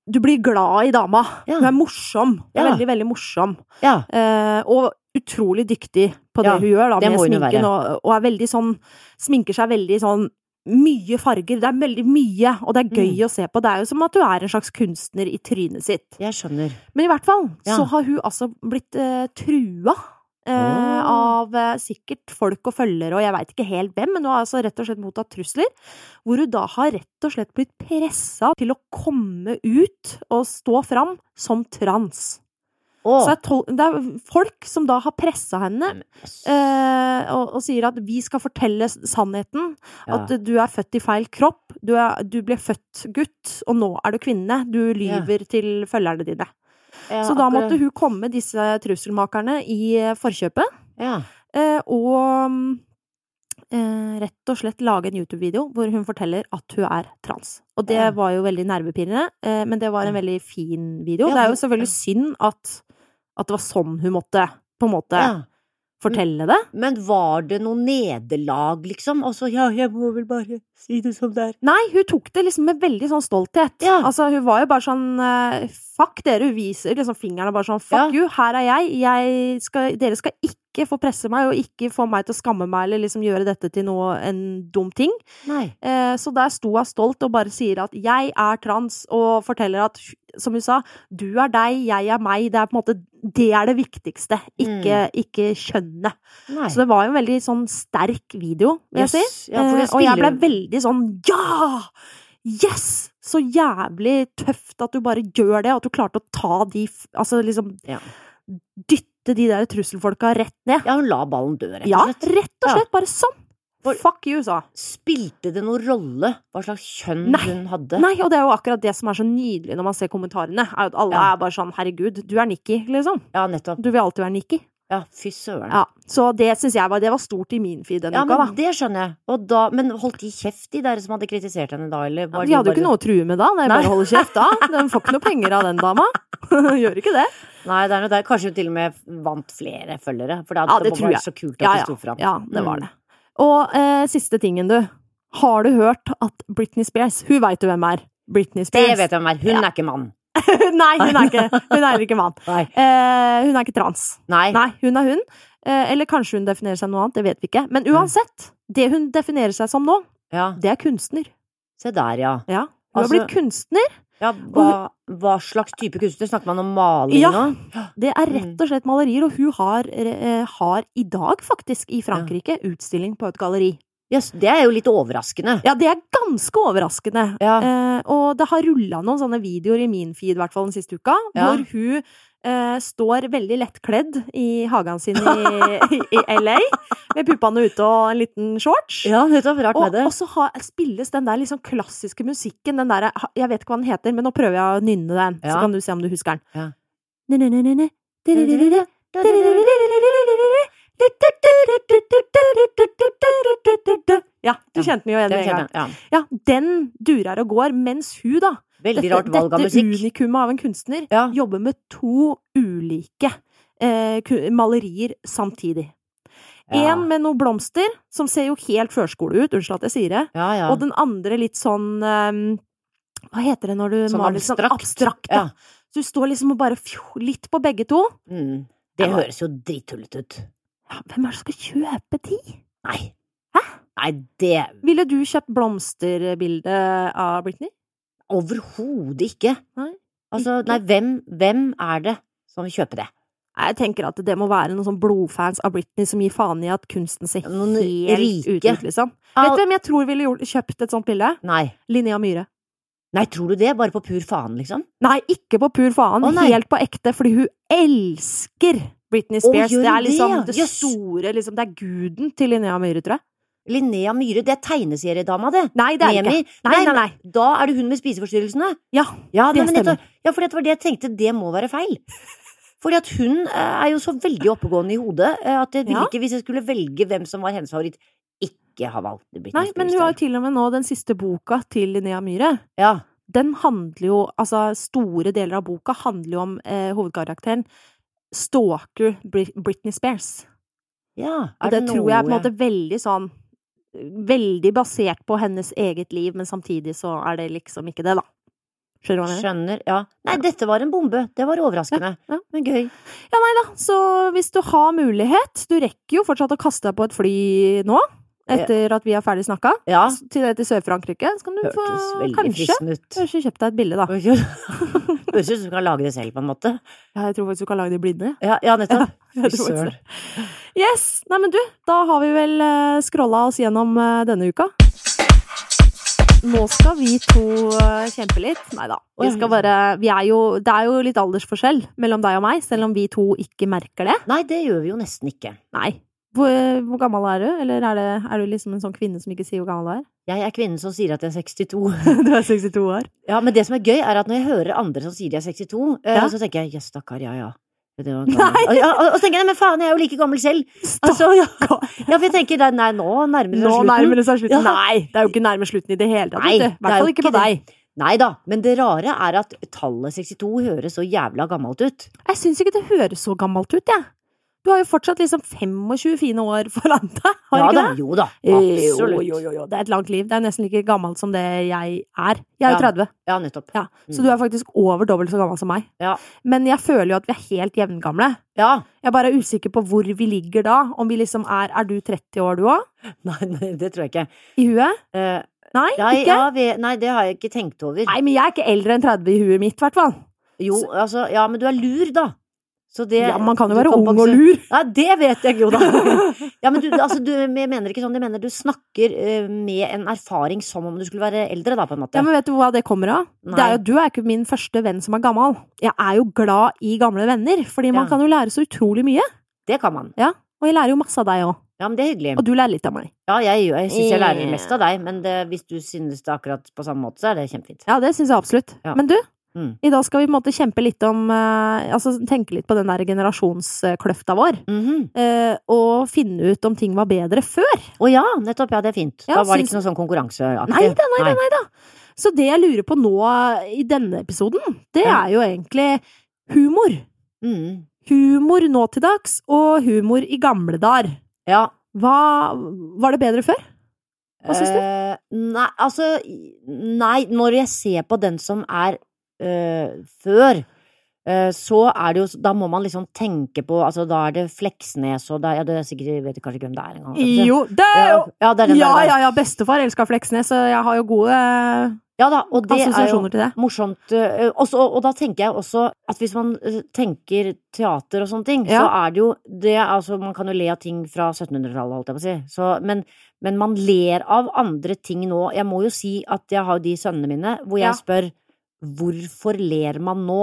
Speaker 1: Du blir glad i dama.
Speaker 2: Ja.
Speaker 1: Hun er morsom. Hun er
Speaker 2: Ja.
Speaker 1: Veldig, veldig morsom.
Speaker 2: Ja.
Speaker 1: Eh, og utrolig dyktig på det
Speaker 2: Ja,
Speaker 1: hun gjør, da,
Speaker 2: det
Speaker 1: med
Speaker 2: må hun jo
Speaker 1: sminken.
Speaker 2: være.
Speaker 1: Og, og er veldig sånn Sminker seg veldig sånn mye farger. Det er veldig mye, og
Speaker 2: Mm.
Speaker 1: det er gøy å se på. Det er jo som at du er en slags kunstner i trynet sitt.
Speaker 2: Jeg skjønner.
Speaker 1: Men i hvert fall
Speaker 2: Ja.
Speaker 1: så har hun altså blitt eh, trua. eh,
Speaker 2: Åh.
Speaker 1: Av eh, sikkert folk og følgere og jeg veit ikke helt hvem, men hun har altså rett og slett mottatt trusler. Hvor hun da har rett og slett blitt pressa til å komme ut og stå fram som trans.
Speaker 2: Å,
Speaker 1: Så det er, tol det er folk som da har pressa henne
Speaker 2: Nei, men-
Speaker 1: eh, og, og sier at vi skal fortelle s- sannheten.
Speaker 2: Ja.
Speaker 1: At du er født i feil kropp. Du, er, du ble født gutt, og nå er du kvinne. Du
Speaker 2: Ja.
Speaker 1: lyver til følgerne dine.
Speaker 2: Ja,
Speaker 1: Så da
Speaker 2: akkurat.
Speaker 1: måtte hun komme disse trusselmakerne i eh, forkjøpet,
Speaker 2: Ja.
Speaker 1: eh, og mm, eh, rett og slett lage en YouTube-video hvor hun forteller at hun er trans. Og det
Speaker 2: Ja.
Speaker 1: var jo veldig nervepirrende, eh, men det var en
Speaker 2: Ja.
Speaker 1: veldig fin video.
Speaker 2: Ja,
Speaker 1: Det er
Speaker 2: hvor-
Speaker 1: jo selvfølgelig synd at, at det var sånn hun måtte på en måte
Speaker 2: ja.
Speaker 1: fortelle det.
Speaker 2: Men var det noe nederlag, liksom? Altså, ja, jeg må vel bare si det som det er.
Speaker 1: Nei, hun tok det liksom med veldig sånn stolthet.
Speaker 2: Ja.
Speaker 1: Altså, hun var jo bare sånn eh, Fuck dere, hun viser liksom fingrene bare sånn
Speaker 2: Ja.
Speaker 1: Fuck you, her er jeg. jeg skal, dere skal ikke få presse meg, og ikke få meg til å skamme meg eller liksom gjøre dette til noe en dum ting.
Speaker 2: Nei.
Speaker 1: Eh, så der sto hun stolt og bare sier at 'jeg er trans', og forteller at, som hun sa, 'du er deg, jeg er meg'. Det er på en måte det er det viktigste, ikke, ikke kjønnet.
Speaker 2: Mm. Nei.
Speaker 1: Så det var jo en veldig sånn sterk video, vil jeg si.
Speaker 2: Jøss. Ja, for det
Speaker 1: Eh, og jeg ble
Speaker 2: spiller-
Speaker 1: veldig sånn ja! Yes! Så jævlig tøft at du bare gjør det, og at du klarte å ta de f- Altså liksom
Speaker 2: Ja.
Speaker 1: dytte de der trusselfolka rett ned.
Speaker 2: Ja, hun la ballen dø, rett og
Speaker 1: Ja,
Speaker 2: slett.
Speaker 1: rett og
Speaker 2: Ja.
Speaker 1: slett. Bare sånn!
Speaker 2: For-
Speaker 1: Fuck you, sa
Speaker 2: Spilte det noen rolle hva slags kjønn
Speaker 1: Nei.
Speaker 2: hun hadde?
Speaker 1: Nei, og det er jo akkurat det som er så nydelig når man ser kommentarene. Er jo at alle
Speaker 2: Ja.
Speaker 1: er bare sånn 'herregud, du er Nikki', liksom.
Speaker 2: Ja, nettopp.
Speaker 1: Du vil alltid være Nikki.
Speaker 2: Ja, fy søren.
Speaker 1: Ja, så det syns jeg var Det var stort i min feed denne
Speaker 2: Ja,
Speaker 1: uka, da.
Speaker 2: men det skjønner jeg. Og da, men holdt de kjeft, de der som hadde kritisert henne da, eller
Speaker 1: Ja,
Speaker 2: var
Speaker 1: vi hadde jo
Speaker 2: bare-
Speaker 1: ikke noe å true med da. Det er
Speaker 2: Nei.
Speaker 1: bare å holde kjeft da. Den får ikke noe penger av den dama. Gjør ikke det.
Speaker 2: Nei, det er noe der. Kanskje hun til og med vant flere følgere, for det
Speaker 1: Ja,
Speaker 2: hadde
Speaker 1: det
Speaker 2: det
Speaker 1: tror
Speaker 2: vært
Speaker 1: jeg.
Speaker 2: så kult at
Speaker 1: Ja,
Speaker 2: de sto fram.
Speaker 1: Ja, det var det. Og eh, siste tingen, du. Har du hørt at Britney Spears Hun veit jo hvem er. Britney Spears.
Speaker 2: Det vet jeg hvem er. Hun
Speaker 1: Ja.
Speaker 2: er ikke mann.
Speaker 1: Nei, hun er ikke, hun er ikke mann.
Speaker 2: Nei.
Speaker 1: Eh, hun er ikke trans.
Speaker 2: Nei.
Speaker 1: Nei, hun er hun. Eh, eller kanskje hun definerer seg noe annet, det vet vi ikke.
Speaker 2: Mm.
Speaker 1: Men uansett, det hun definerer seg som nå,
Speaker 2: Ja.
Speaker 1: det er kunstner.
Speaker 2: Se der, ja.
Speaker 1: Ja. Hun har
Speaker 2: Altså-
Speaker 1: blitt kunstner,
Speaker 2: Ja, hva, hva slags type kunstner? Snakker man om maling
Speaker 1: Ja.
Speaker 2: nå?
Speaker 1: Det er
Speaker 2: mm.
Speaker 1: rett og slett malerier, og hun har, eh, har i dag faktisk i Frankrike utstilling på et galleri.
Speaker 2: Yes, det er jo litt overraskende.
Speaker 1: Ja, det er ganske overraskende.
Speaker 2: Ja.
Speaker 1: Eh, og det har rulla noen sånne videoer i min feed, i hvert fall den siste uka,
Speaker 2: Ja.
Speaker 1: hvor hun eh, står veldig lettkledd i hagen sin i, i, i LA, med puppene ute og en liten shorts.
Speaker 2: Ja, nettopp. Rart
Speaker 1: Og,
Speaker 2: med det.
Speaker 1: og så har, spilles den der liksom klassiske musikken, den der Jeg vet ikke hva den heter, men nå prøver jeg å nynne den,
Speaker 2: Ja.
Speaker 1: så kan du se om du husker den.
Speaker 2: Ja.
Speaker 1: Nynne-nynne-nynne. Ja, du
Speaker 2: Ja,
Speaker 1: kjente den jo igjen
Speaker 2: Det
Speaker 1: med en gang.
Speaker 2: kjenner jeg. Ja.
Speaker 1: Ja, den durer og går, mens hun, da,
Speaker 2: Veldig
Speaker 1: dette,
Speaker 2: rart valg av
Speaker 1: dette
Speaker 2: musikk.
Speaker 1: unikummet av en kunstner,
Speaker 2: Ja.
Speaker 1: jobber med to ulike eh, ku- malerier samtidig.
Speaker 2: Ja.
Speaker 1: En med noen blomster, som ser jo helt førskole ut, unnskyld at jeg sier det,
Speaker 2: Ja, ja.
Speaker 1: og den andre litt sånn ehm, Hva heter det når du
Speaker 2: Sånn
Speaker 1: maler
Speaker 2: abstrakt.
Speaker 1: sånn abstrakt? Ja.
Speaker 2: Ja.
Speaker 1: Så du står liksom og bare fjo, litt på begge to.
Speaker 2: Mm. Det
Speaker 1: Ja.
Speaker 2: høres jo drittullete ut.
Speaker 1: Ja, hvem er det som skal kjøpe de?
Speaker 2: Nei. Nei, det
Speaker 1: Ville du kjøpt blomsterbilde av Britney?
Speaker 2: Overhodet ikke.
Speaker 1: Nei,
Speaker 2: Altså,
Speaker 1: ikke.
Speaker 2: nei, hvem, hvem er det som vil kjøpe det?
Speaker 1: Nei, Jeg tenker at det må være noen sånn blodfans av Britney som gir faen i at kunsten ser
Speaker 2: Noen
Speaker 1: helt ut,
Speaker 2: rike.
Speaker 1: ut, liksom. Vet
Speaker 2: Al-
Speaker 1: du hvem jeg tror ville gjort, kjøpt et sånt bilde?
Speaker 2: Nei.
Speaker 1: Linnea Myhre.
Speaker 2: Nei, tror du det? Bare på pur faen, liksom?
Speaker 1: Nei, ikke på pur faen,
Speaker 2: Å, nei.
Speaker 1: helt på ekte, fordi hun elsker Britney
Speaker 2: Å,
Speaker 1: Spears.
Speaker 2: gjør
Speaker 1: det
Speaker 2: hun
Speaker 1: er
Speaker 2: det,
Speaker 1: liksom
Speaker 2: ja?
Speaker 1: det
Speaker 2: Jøss.
Speaker 1: store, liksom. Det er guden til Linnea Myhre, tror jeg.
Speaker 2: Linnea Myhre, det er tegneseriedama, det.
Speaker 1: Nei, det er det ikke.
Speaker 2: Nemi.
Speaker 1: Nei,
Speaker 2: Nei,
Speaker 1: nei, nei.
Speaker 2: Da er det hun med spiseforstyrrelsene.
Speaker 1: Ja,
Speaker 2: Ja,
Speaker 1: det
Speaker 2: nei, men
Speaker 1: stemmer.
Speaker 2: nettopp- ja, for det var det jeg tenkte, det må være feil. Fordi at hun eh, er jo så veldig oppegående i hodet eh, at jeg ville
Speaker 1: Ja.
Speaker 2: ikke, hvis jeg skulle velge hvem som var hennes favoritt, ikke ha valgt Britney
Speaker 1: Nei,
Speaker 2: Spears.
Speaker 1: men hun har
Speaker 2: der.
Speaker 1: jo til og med nå den siste boka til Linnea Myhre.
Speaker 2: Ja,
Speaker 1: Den handler jo, altså store deler av boka handler jo om eh, hovedkarakteren stalker Brit- Britney Spears.
Speaker 2: ja.
Speaker 1: Og det, tror jeg er på en måte veldig sånn Veldig basert på hennes eget liv, men samtidig så er det liksom ikke det, da. Skjønner du hva jeg mener?
Speaker 2: Skjønner, ja. Nei, dette var en bombe. Det var overraskende.
Speaker 1: Ja, ja.
Speaker 2: Men gøy.
Speaker 1: Ja, nei da, så hvis du har mulighet Du rekker jo fortsatt å kaste deg på et fly nå, etter at vi er ferdig snakka.
Speaker 2: Ja,
Speaker 1: Til, til Sør-Frankrike, så kan du få
Speaker 2: hørtes veldig
Speaker 1: Kanskje.
Speaker 2: fristende ut.
Speaker 1: Kanskje kjøpt deg et bilde, da.
Speaker 2: Høres ut som du kan lage det selv, på en måte.
Speaker 1: Ja, jeg tror faktisk du kan lage de blinde.
Speaker 2: Ja, ja nettopp.
Speaker 1: jeg
Speaker 2: Fy
Speaker 1: tror faktisk
Speaker 2: søren.
Speaker 1: Yes! Nei, men du, da har vi vel uh, scrolla oss gjennom eh, denne uka. Nå skal vi to eh, kjempe litt. Nei da. Vi skal bare Vi er jo Det er jo litt aldersforskjell mellom deg og meg, selv om vi to ikke merker det.
Speaker 2: Nei, det gjør vi jo nesten ikke.
Speaker 1: Nei. Hvor, eh, hvor gammel er du? Eller er, det, er du liksom en sånn kvinne som ikke sier hvor gammel du er?
Speaker 2: Jeg er kvinnen som sier at jeg er 62.
Speaker 1: Du er 62 år.
Speaker 2: Ja, men det som er gøy, er at når jeg hører andre som sier de er 62, eh,
Speaker 1: Ja.
Speaker 2: så tenker jeg jøss, stakkar, ja ja. Det var
Speaker 1: Nei.
Speaker 2: gammel. Og, ja, og, og så tenker jeg nei, men faen, jeg er jo like gammel selv.
Speaker 1: Altså, ja.
Speaker 2: Ja, for jeg tenker nei, nei nå nærmer det
Speaker 1: Nå
Speaker 2: seg
Speaker 1: nærmer
Speaker 2: slutten.
Speaker 1: det seg slutten.
Speaker 2: Ja.
Speaker 1: Nei, det er jo ikke nærme slutten i det hele tatt.
Speaker 2: Nei,
Speaker 1: vet du. I
Speaker 2: det er
Speaker 1: hvert fall
Speaker 2: jo
Speaker 1: ikke på
Speaker 2: ikke
Speaker 1: deg.
Speaker 2: Nei da, men det rare er at tallet 62 høres så jævla gammelt ut.
Speaker 1: Jeg syns ikke det høres så gammelt ut, jeg. Du har jo fortsatt liksom 25 fine år foran deg, har
Speaker 2: Ja
Speaker 1: du ikke
Speaker 2: da,
Speaker 1: det?
Speaker 2: jo da,
Speaker 1: Jo,
Speaker 2: absolutt.
Speaker 1: jo, jo, jo, det er et langt liv. Det er nesten like gammelt som det jeg er. Jeg er jo
Speaker 2: Ja.
Speaker 1: 30,
Speaker 2: Ja, nettopp.
Speaker 1: ja. så
Speaker 2: Mm.
Speaker 1: du er faktisk over dobbelt så gammel som meg.
Speaker 2: Ja.
Speaker 1: Men jeg føler jo at vi er helt jevngamle.
Speaker 2: Ja.
Speaker 1: Jeg er bare er usikker på hvor vi ligger da. Om vi liksom er Er du 30 år, du òg?
Speaker 2: Nei, nei, det tror jeg ikke.
Speaker 1: I huet?
Speaker 2: Eh,
Speaker 1: Nei,
Speaker 2: nei,
Speaker 1: ikke?
Speaker 2: ja, vi, nei, det har jeg ikke tenkt over.
Speaker 1: Nei, men jeg er ikke eldre enn 30 i huet mitt, i hvert fall.
Speaker 2: Jo, altså, ja, men du er lur, da. Så det
Speaker 1: Ja, man kan jo
Speaker 2: du
Speaker 1: være ung og
Speaker 2: kompenser-
Speaker 1: lur.
Speaker 2: Ja, det vet jeg jo, da. Ja, men du, altså, du jeg mener ikke sånn. Jeg mener du snakker eh, med en erfaring som om du skulle være eldre, da, på en måte.
Speaker 1: Ja, men vet du hva det kommer av?
Speaker 2: Nei.
Speaker 1: Det er jo, du er ikke min første venn som er gammel. Jeg er jo glad i gamle venner, fordi man
Speaker 2: Ja.
Speaker 1: kan jo lære så utrolig mye.
Speaker 2: Det kan man.
Speaker 1: Og jeg lærer jo masse av deg òg.
Speaker 2: Ja, men det er hyggelig.
Speaker 1: Og du lærer litt av meg.
Speaker 2: Ja, jeg, jeg syns jeg lærer mest av deg, men det, hvis du synes det akkurat på samme måte, så er det kjempefint.
Speaker 1: Ja, det syns jeg absolutt.
Speaker 2: Ja.
Speaker 1: Men du,
Speaker 2: Mm.
Speaker 1: i dag skal vi på en måte kjempe litt om eh, Altså tenke litt på den der generasjonskløfta vår.
Speaker 2: Mhm.
Speaker 1: eh, og finne ut om ting var bedre før.
Speaker 2: Å ja, nettopp. Ja, det er fint.
Speaker 1: Ja,
Speaker 2: da var det
Speaker 1: syns-
Speaker 2: ikke noe sånn konkurranseaktig.
Speaker 1: Nei da, nei da, nei da! Så det jeg lurer på nå eh, i denne episoden, det
Speaker 2: Ja.
Speaker 1: er jo egentlig humor.
Speaker 2: Mhm.
Speaker 1: Humor nå til dags, og humor i gamle dager.
Speaker 2: Ja.
Speaker 1: Hva Var det bedre før? Hva syns du?
Speaker 2: Eh, nei, altså Nei, når jeg ser på den som er eh, før, eh, så er det jo Da må man liksom tenke på Altså, da er det Fleksnes, og da ja, det er sikkert, Jeg vet kanskje ikke hvem det er engang.
Speaker 1: Jo, det er
Speaker 2: Eh, Ja,
Speaker 1: jo
Speaker 2: ja, det er den
Speaker 1: Ja,
Speaker 2: der.
Speaker 1: ja, ja, bestefar elska Fleksnes, så jeg har jo gode
Speaker 2: Ja da, og det er jo
Speaker 1: assosiasjoner til det.
Speaker 2: morsomt. eh, også, og, og da tenker jeg også at hvis man eh, tenker teater og sånne ting, så
Speaker 1: Ja.
Speaker 2: er det jo det er altså, Man kan jo le av ting fra 1700-tallet, holdt jeg på å si. Så, men, men man ler av andre ting nå. Jeg må jo si at jeg har jo de sønnene mine hvor jeg
Speaker 1: Ja.
Speaker 2: spør hvorfor ler man nå?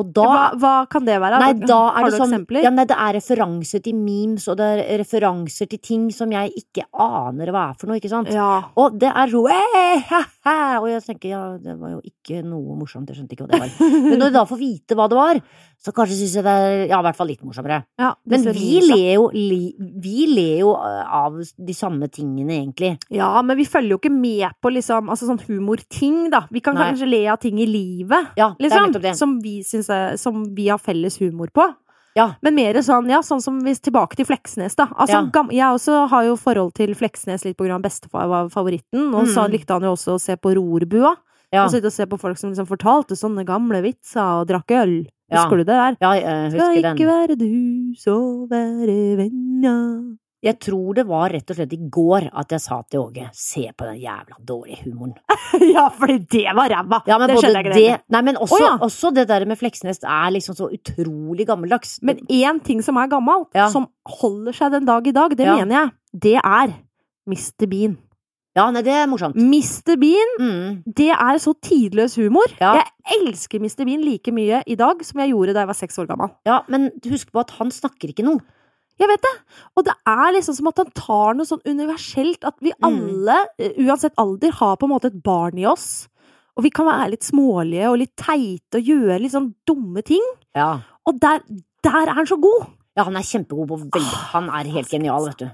Speaker 2: Og da
Speaker 1: Hva, hva kan det være? Altså,
Speaker 2: Nei, da er
Speaker 1: Har
Speaker 2: det
Speaker 1: du
Speaker 2: sånn
Speaker 1: eksempler?
Speaker 2: ja, nei, Det er referanser til memes, og det er referanser til ting som jeg ikke aner hva er for noe, ikke sant?
Speaker 1: Ja.
Speaker 2: Og det er sånn «Hey, ha, ha!» Og jeg tenker ja, det var jo ikke noe morsomt, jeg skjønte ikke hva det var. Men når jeg da får vite hva det var, så kanskje syns jeg det er ja, i hvert fall litt morsommere.
Speaker 1: Ja,
Speaker 2: Men
Speaker 1: disse
Speaker 2: vi
Speaker 1: reelsa.
Speaker 2: ler jo, li, vi ler jo eh, av de samme tingene, egentlig.
Speaker 1: Ja, men vi følger jo ikke med på liksom, altså sånn humorting, da. Vi kan
Speaker 2: Nei.
Speaker 1: kanskje le av ting i livet,
Speaker 2: Ja, det er
Speaker 1: liksom.
Speaker 2: nettopp det.
Speaker 1: Som vi, syns er, som vi har felles humor på.
Speaker 2: Ja.
Speaker 1: Men mer sånn, ja, sånn som hvis tilbake til Fleksnes, da. Altså,
Speaker 2: Ja.
Speaker 1: gam- jeg også har jo forhold til Fleksnes litt på grunn av bestefar var favoritten, og så
Speaker 2: Mm.
Speaker 1: likte han jo også å se på Rorbua.
Speaker 2: Ja,
Speaker 1: Og sitte og se på folk som liksom fortalte sånne gamle vitser og drakk øl.
Speaker 2: Ja.
Speaker 1: Husker du det der?
Speaker 2: ja jeg eh,
Speaker 1: Skal
Speaker 2: husker
Speaker 1: ikke
Speaker 2: den.
Speaker 1: være du, så være venner.
Speaker 2: Jeg tror det var rett og slett i går at jeg sa til Åge se på den jævla dårlige humoren.
Speaker 1: ja, fordi det var ræva!
Speaker 2: Ja, men
Speaker 1: det
Speaker 2: både
Speaker 1: skjønner jeg ikke.
Speaker 2: det Nei, men også,
Speaker 1: Å, ja.
Speaker 2: også det der med Fleksnes er liksom så utrolig gammeldags.
Speaker 1: Men én ting som er gammelt,
Speaker 2: Ja.
Speaker 1: som holder seg den dag i dag, det
Speaker 2: Ja.
Speaker 1: mener jeg, det er Mr. Bean.
Speaker 2: Ja, nei, det er morsomt.
Speaker 1: Mr. Bean,
Speaker 2: Mm.
Speaker 1: det er så tidløs humor.
Speaker 2: Ja.
Speaker 1: Jeg elsker Mr. Bean like mye i dag som jeg gjorde da jeg var seks år gammel.
Speaker 2: Ja, men husk på at han snakker ikke noe.
Speaker 1: Jeg vet det! Og det er liksom som at han tar noe sånn universelt, at
Speaker 2: Mm.
Speaker 1: vi alle, eh, uansett alder, har på en måte et barn i oss. Og vi kan være litt smålige og litt teite og gjøre litt sånn dumme ting.
Speaker 2: Ja.
Speaker 1: Og der, der er han så god!
Speaker 2: han er kjempegod på veldig Ah, Han er helt genial, vet du.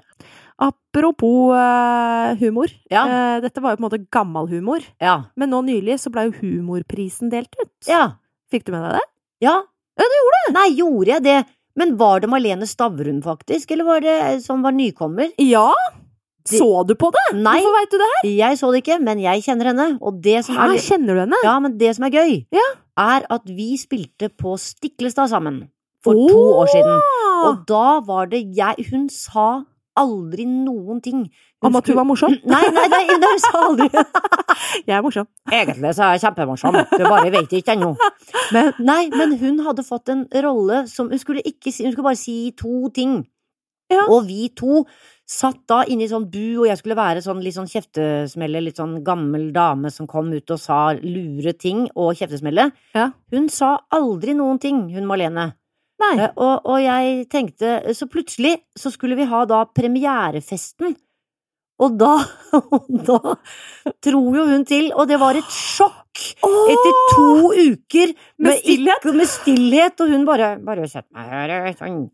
Speaker 1: Apropos eh, humor.
Speaker 2: Ja.
Speaker 1: Eh, dette var jo på en måte gammel humor.
Speaker 2: Ja.
Speaker 1: Men nå nylig så ble jo humorprisen delt ut.
Speaker 2: Ja.
Speaker 1: Fikk du med deg det?
Speaker 2: Ja. du gjorde det! Nei, gjorde jeg det? Men var det Malene Stavrum, faktisk, eller var det eh, som var nykommer?
Speaker 1: Ja!
Speaker 2: Det-
Speaker 1: Så du på det?
Speaker 2: Nei,
Speaker 1: Hvorfor veit du det?
Speaker 2: jeg så det Ah, ikke, men jeg kjenner henne. Og det som
Speaker 1: Altså, Her
Speaker 2: er,
Speaker 1: kjenner du henne.
Speaker 2: ja, men det som er gøy,
Speaker 1: Ja.
Speaker 2: er at vi spilte på Stiklestad sammen for to år siden. Og da var det jeg Hun sa aldri noen ting.
Speaker 1: Om at hun var morsom?
Speaker 2: Nei, nei, nei, nei, hun sa aldri
Speaker 1: Jeg er morsom.
Speaker 2: Egentlig så er jeg kjempemorsom, du bare vet ikke ennå. Men, nei, men hun hadde fått en rolle som hun skulle ikke si, hun skulle bare si to ting.
Speaker 1: Ja.
Speaker 2: Og vi to satt da inne i sånn bu, og jeg skulle være sånn litt sånn kjeftesmelle, litt sånn gammel dame som kom ut og sa lure ting og kjeftesmelle.
Speaker 1: Ja.
Speaker 2: Hun sa aldri noen ting, hun Malene.
Speaker 1: Nei.
Speaker 2: Eh, Og, og jeg tenkte, så plutselig så skulle vi ha da premierefesten. Og da, og da dro jo hun til, og det var et sjokk etter to uker
Speaker 1: Med
Speaker 2: ikke- med stillhet, og hun bare bare sett meg her, sånn.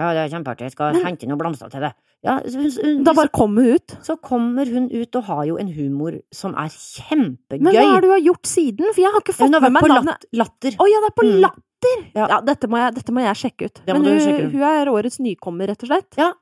Speaker 2: Ja, det er kjempeartig, jeg skal
Speaker 1: Men-
Speaker 2: hente noen blomster til deg. Ja, så hun, hun,
Speaker 1: Da bare kom hun ut.
Speaker 2: så kommer hun ut og har jo en humor som er kjempegøy.
Speaker 1: Men hva er det du har gjort siden? For jeg har ikke fått
Speaker 2: hun har
Speaker 1: med
Speaker 2: vært
Speaker 1: meg
Speaker 2: på
Speaker 1: navnet.
Speaker 2: lat, latter.
Speaker 1: Å ja, det er på
Speaker 2: Mm.
Speaker 1: Latter! Ja,
Speaker 2: Ja.
Speaker 1: dette, må jeg, dette må jeg sjekke ut.
Speaker 2: Det må
Speaker 1: Men
Speaker 2: du
Speaker 1: hun,
Speaker 2: sjekke ut.
Speaker 1: hun er årets nykommer, rett og slett.
Speaker 2: Ja.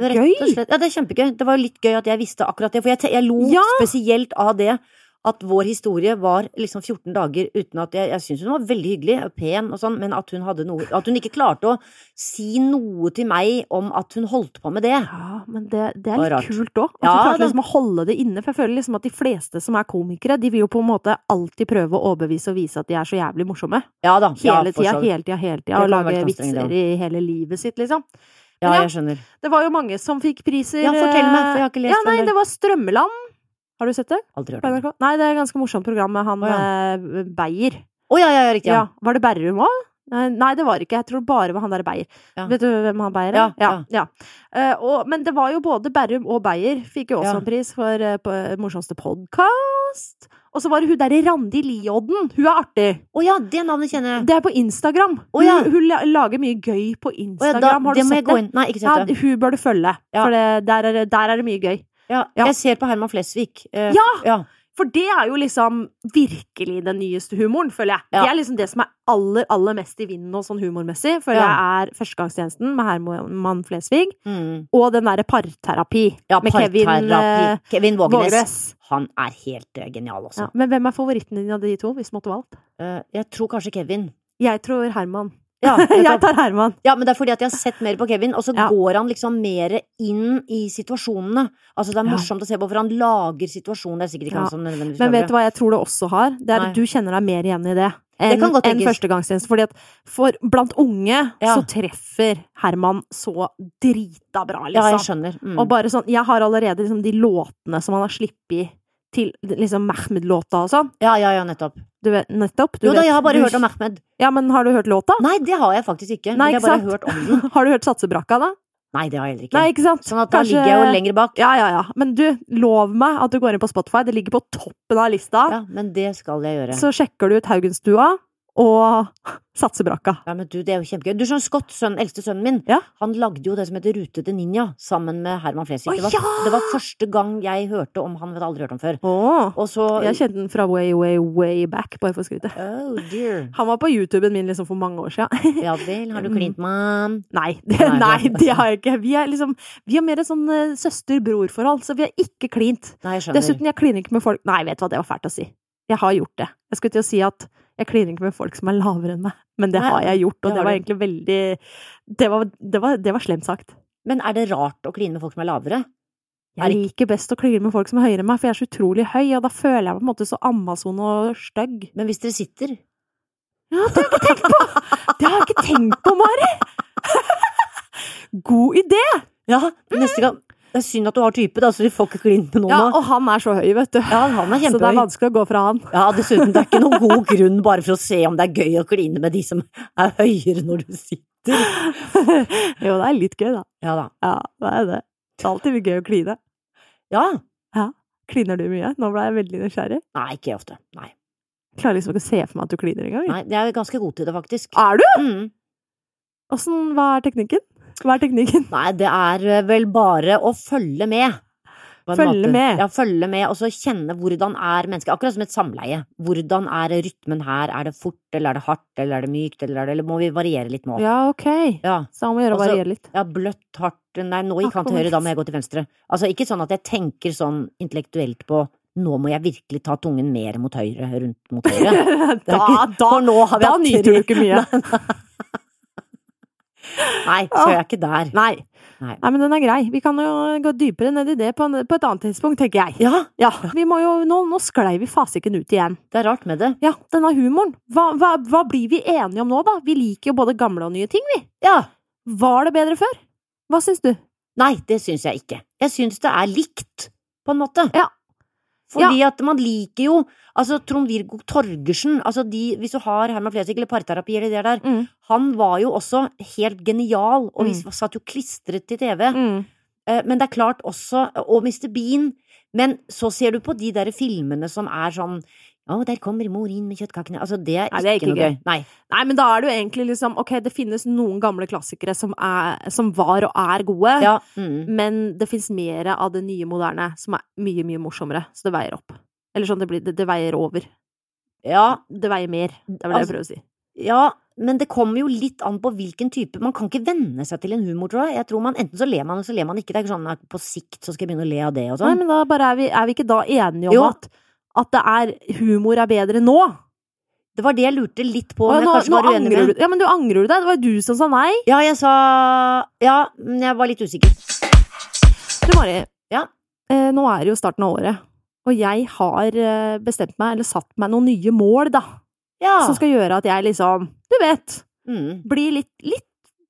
Speaker 2: Rett og
Speaker 1: Gøy!
Speaker 2: slett. Ja, det er kjempegøy. Det var jo litt gøy at jeg visste akkurat det, for jeg, te- jeg lo
Speaker 1: Ja.
Speaker 2: spesielt av det. At vår historie var liksom 14 dager uten at Jeg, jeg syns hun var veldig hyggelig og pen, og sånn, men at hun, hadde noe, at hun ikke klarte å si noe til meg om at hun holdt på med det.
Speaker 1: Ja, men det, det er
Speaker 2: var
Speaker 1: litt
Speaker 2: rart.
Speaker 1: kult òg. At
Speaker 2: Ja,
Speaker 1: du klarte
Speaker 2: da.
Speaker 1: liksom å holde det inne. For jeg føler liksom at de fleste som er komikere, de vil jo på en måte alltid prøve å overbevise og vise at de er så jævlig morsomme.
Speaker 2: Ja da. ja,
Speaker 1: Hele
Speaker 2: for
Speaker 1: tida,
Speaker 2: så vidt.
Speaker 1: hele tida, hele
Speaker 2: Det
Speaker 1: tida. Og
Speaker 2: kan være
Speaker 1: lage
Speaker 2: anstrengende,
Speaker 1: vitser i hele livet sitt, liksom.
Speaker 2: Ja,
Speaker 1: Men ja.
Speaker 2: jeg skjønner.
Speaker 1: Det var jo mange som fikk priser. eh,
Speaker 2: Ja, fortell meg, for jeg har ikke lest
Speaker 1: Ja, nei,
Speaker 2: den der.
Speaker 1: det var Strømmeland. Har du sett det?
Speaker 2: Aldri hørt
Speaker 1: På
Speaker 2: om det.
Speaker 1: NRK? Nei, det er et ganske morsomt program med han
Speaker 2: Å,
Speaker 1: eh, Beyer.
Speaker 2: Å ja, ja, ja, riktig.
Speaker 1: Ja.
Speaker 2: Ja.
Speaker 1: Var det Berrum òg? Nei, nei, det var ikke. Jeg tror bare det var han der Beyer.
Speaker 2: Ja.
Speaker 1: Vet du hvem han Beyer er?
Speaker 2: Ja,
Speaker 1: ja. Eh, og, men det var jo både Berrum og Beyer fikk jo også
Speaker 2: Ja.
Speaker 1: en pris for eh, på, morsomste podkast. Og så var det hun derre Randi Liodden. Hun er artig.
Speaker 2: Å ja, det navnet kjenner jeg.
Speaker 1: Det er på Instagram.
Speaker 2: Å, ja.
Speaker 1: hun, hun la- lager mye gøy på
Speaker 2: Å ja,
Speaker 1: Instagram.
Speaker 2: da,
Speaker 1: Har du
Speaker 2: det må jeg
Speaker 1: sett
Speaker 2: gå
Speaker 1: det?
Speaker 2: inn. Nei, ikke
Speaker 1: Ja,
Speaker 2: sett det.
Speaker 1: hun bør du følge,
Speaker 2: Ja.
Speaker 1: for det, der, er, det- der er det mye gøy.
Speaker 2: Ja,
Speaker 1: ja.
Speaker 2: jeg ser på Herman Flesvig. Eh,
Speaker 1: Ja!
Speaker 2: ja.
Speaker 1: For det er jo liksom virkelig den nyeste humoren, føler jeg.
Speaker 2: Ja.
Speaker 1: Det er liksom det som er aller, aller mest i vinden nå, sånn humormessig, føler
Speaker 2: Ja.
Speaker 1: jeg er Førstegangstjenesten med Herman Flesvig,
Speaker 2: Mm.
Speaker 1: og den derre parterapi
Speaker 2: ja
Speaker 1: med Kevin eh,
Speaker 2: parterapi. Kevin Vågenes.
Speaker 1: Vågenes.
Speaker 2: Han er helt eh, genial også.
Speaker 1: Ja. Men hvem er favoritten din av de to, hvis du måtte valgt?
Speaker 2: Eh, jeg tror kanskje Kevin.
Speaker 1: Jeg tror Herman.
Speaker 2: Ja,
Speaker 1: Jeg tar Herman.
Speaker 2: Ja, men det er fordi at jeg har sett mer på Kevin, og så
Speaker 1: Ja.
Speaker 2: går han liksom mer inn i situasjonene. Altså det er
Speaker 1: Ja.
Speaker 2: morsomt å se på, for han lager situasjonen. Det er sikkert ikke
Speaker 1: Ja.
Speaker 2: han som nødvendigvis
Speaker 1: Men
Speaker 2: lager
Speaker 1: vet du hva jeg tror det også har? Det er
Speaker 2: Nei.
Speaker 1: at du kjenner deg mer igjen i det. Enn
Speaker 2: kan godt
Speaker 1: enn
Speaker 2: tenkes.
Speaker 1: førstegangstjeneste. Fordi at for blant unge
Speaker 2: Ja.
Speaker 1: så treffer Herman så drita bra,
Speaker 2: Ja, jeg
Speaker 1: liksom.
Speaker 2: skjønner. Mm.
Speaker 1: og bare sånn Jeg har allerede liksom de låtene som han har sluppet til liksom Mahmed-låta og sånn.
Speaker 2: Ja, ja, ja, nettopp.
Speaker 1: Du vet, nettopp. Du
Speaker 2: Jo da,
Speaker 1: vet,
Speaker 2: jeg har bare
Speaker 1: du,
Speaker 2: hørt om Ahmed.
Speaker 1: Ja, men har du hørt låta?
Speaker 2: Nei, det har jeg faktisk ikke.
Speaker 1: Nei,
Speaker 2: men jeg
Speaker 1: ikke
Speaker 2: har bare
Speaker 1: sant?
Speaker 2: hørt om den.
Speaker 1: Har du hørt Satsebrakka, da?
Speaker 2: Nei, det har jeg heller ikke.
Speaker 1: Nei, ikke sant?
Speaker 2: Sånn at da
Speaker 1: Kanskje-
Speaker 2: ligger jeg jo lenger bak.
Speaker 1: Ja, ja, ja. Men du, lov meg at du går inn på Spotify. Det ligger på toppen av lista.
Speaker 2: Ja, men det skal jeg gjøre.
Speaker 1: Så sjekker du ut Haugenstua og Satsebrakka.
Speaker 2: Ja, men du, det er jo kjempegøy. Du skjønner, Scott, sønnen, eldste sønnen min,
Speaker 1: Ja.
Speaker 2: han lagde jo det som heter Rute til ninja, sammen med Herman Flesvig.
Speaker 1: Å,
Speaker 2: det, var,
Speaker 1: ja!
Speaker 2: det var første gang jeg hørte om han, vet jeg aldri hørt om før.
Speaker 1: Åh.
Speaker 2: Og så
Speaker 1: Jeg kjente den fra way, way, way back, bare for å skryte.
Speaker 2: Oh dear.
Speaker 1: Han var på YouTuben min liksom for mange år siden.
Speaker 2: Ja vel,
Speaker 1: Mm.
Speaker 2: har du klint med han?
Speaker 1: Nei, det,
Speaker 2: Nei,
Speaker 1: nei,
Speaker 2: det-
Speaker 1: det har jeg ikke. Vi er liksom Vi har mer et sånn eh, søster-bror-forhold, så vi har ikke klint.
Speaker 2: Nei, jeg skjønner.
Speaker 1: Dessuten, jeg kliner ikke med folk Nei, vet du hva, det var fælt å si. Jeg har gjort det. Jeg skulle til å si at jeg kliner ikke med folk som er lavere enn meg, men det
Speaker 2: Nei,
Speaker 1: har jeg gjort, og
Speaker 2: det
Speaker 1: det,
Speaker 2: har
Speaker 1: var
Speaker 2: du.
Speaker 1: egentlig veldig det var, det, var, det var slemt sagt.
Speaker 2: Men er det rart å kline med folk som er lavere? Er
Speaker 1: Jeg liker best å kline med folk som er høyere enn meg, for jeg er så utrolig høy, og da føler jeg meg på en måte så Amazon og stygg.
Speaker 2: Men hvis dere sitter
Speaker 1: Ja, det har jeg ikke tenkt på! Det har jeg ikke tenkt på, Mari! God idé!
Speaker 2: Ja, Mm. neste gang Det er synd at du har type, da, så du får ikke klint med noen
Speaker 1: Ja,
Speaker 2: nå.
Speaker 1: og han er så høy, vet du.
Speaker 2: Ja,
Speaker 1: Så
Speaker 2: han er
Speaker 1: det er
Speaker 2: kjempehøy.
Speaker 1: vanskelig å gå fra han.
Speaker 2: Ja, dessuten, det er ikke noen god grunn bare for å se om det er gøy å kline med de som er høyere når du sitter.
Speaker 1: Jo, det er litt gøy, da.
Speaker 2: Ja da.
Speaker 1: Ja, det er det. Det er alltid gøy å kline.
Speaker 2: Ja.
Speaker 1: Kliner du mye? Nå ble jeg veldig nysgjerrig.
Speaker 2: Nei, ikke ofte. Nei.
Speaker 1: Klarer liksom ikke å se for meg at du kliner engang.
Speaker 2: Nei, Jeg er ganske god til det, faktisk.
Speaker 1: Er du?
Speaker 2: Mm.
Speaker 1: Åssen Hva er teknikken? Hva er teknikken?
Speaker 2: Nei, det er eh, vel bare å følge med. på en
Speaker 1: Følge med.
Speaker 2: Ja, følge med, og så kjenne hvordan er mennesket. Akkurat som et samleie. Hvordan er rytmen her? Er det fort, eller er det hardt, eller er det mykt, eller, er det, eller må vi variere litt nå?
Speaker 1: Ja, ok.
Speaker 2: ja.
Speaker 1: Så han må gjøre å
Speaker 2: Altså-
Speaker 1: variere litt.
Speaker 2: Ja, bløtt, hardt Nei, nå gikk han til høyre, da må jeg gå til venstre. Altså, ikke sånn at jeg tenker sånn intellektuelt på nå må jeg virkelig ta tungen mer mot høyre, rundt mot høyre. Det er
Speaker 1: Da,
Speaker 2: ikke-
Speaker 1: da,
Speaker 2: For nå har vi
Speaker 1: da
Speaker 2: hatt
Speaker 1: nyter
Speaker 2: tre-
Speaker 1: du ikke mye.
Speaker 2: Nei, så jeg er ikke der.
Speaker 1: Nei.
Speaker 2: Nei.
Speaker 1: Nei, men den er grei. Vi kan jo gå dypere ned i det på, en, på et annet tidspunkt, tenker jeg.
Speaker 2: Ja,
Speaker 1: Ja, vi må jo, nå, nå sklei vi fasiken ut igjen.
Speaker 2: det er rart med det.
Speaker 1: Ja, denne humoren. Hva, hva, hva blir vi enige om nå, da? Vi liker jo både gamle og nye ting, vi.
Speaker 2: Ja.
Speaker 1: Var det bedre før? Hva syns du?
Speaker 2: Nei, det syns jeg ikke. Jeg syns det er likt, på en måte.
Speaker 1: Ja.
Speaker 2: Fordi at man liker jo Altså, Trond-Viggo Torgersen, altså de, hvis du har Herman Flesvig eller parterapi eller det der,
Speaker 1: Mm.
Speaker 2: han var jo også helt genial, og vi satt jo klistret til TV.
Speaker 1: Mm.
Speaker 2: Eh, Men det er klart også Og Mr. Bean. Men så ser du på de der filmene som er sånn Å, der kommer mor inn med kjøttkakene. Altså, det er ikke,
Speaker 1: Nei, det er ikke
Speaker 2: noe gøy.
Speaker 1: gøy.
Speaker 2: Nei.
Speaker 1: Nei, men da er det jo egentlig liksom Ok, det finnes noen gamle klassikere som, er, som var og er gode,
Speaker 2: Ja. Mm.
Speaker 1: men det fins mer av det nye, moderne som er mye, mye morsommere. Så det veier opp. Eller sånn, det, blir, det, det veier over.
Speaker 2: ja. altså,
Speaker 1: Det veier mer. Det er vel det jeg prøver å si.
Speaker 2: Ja. Men det kommer jo litt an på hvilken type Man kan ikke venne seg til en humor, tror jeg. jeg tror man, enten så ler man, eller så ler man ikke. Det er ikke sånn at på sikt så skal jeg begynne å le av det og
Speaker 1: Nei,
Speaker 2: sånn.
Speaker 1: men da bare er vi, er vi ikke da enige om
Speaker 2: Jo.
Speaker 1: at, at det er humor er bedre nå?
Speaker 2: Det var det jeg lurte litt på.
Speaker 1: Å,
Speaker 2: Om jeg
Speaker 1: nå,
Speaker 2: kanskje
Speaker 1: nå
Speaker 2: var uenig
Speaker 1: angrer
Speaker 2: med
Speaker 1: du Ja, men du angrer du deg? Det var jo du som sa nei.
Speaker 2: Ja, jeg sa Ja, men jeg var litt usikker.
Speaker 1: Du, Mari.
Speaker 2: Ja.
Speaker 1: Eh, nå er det jo starten av året. Og jeg har eh, bestemt meg, eller satt meg noen nye mål, da.
Speaker 2: Ja.
Speaker 1: Som skal gjøre at jeg liksom, du vet,
Speaker 2: Mm.
Speaker 1: blir litt, litt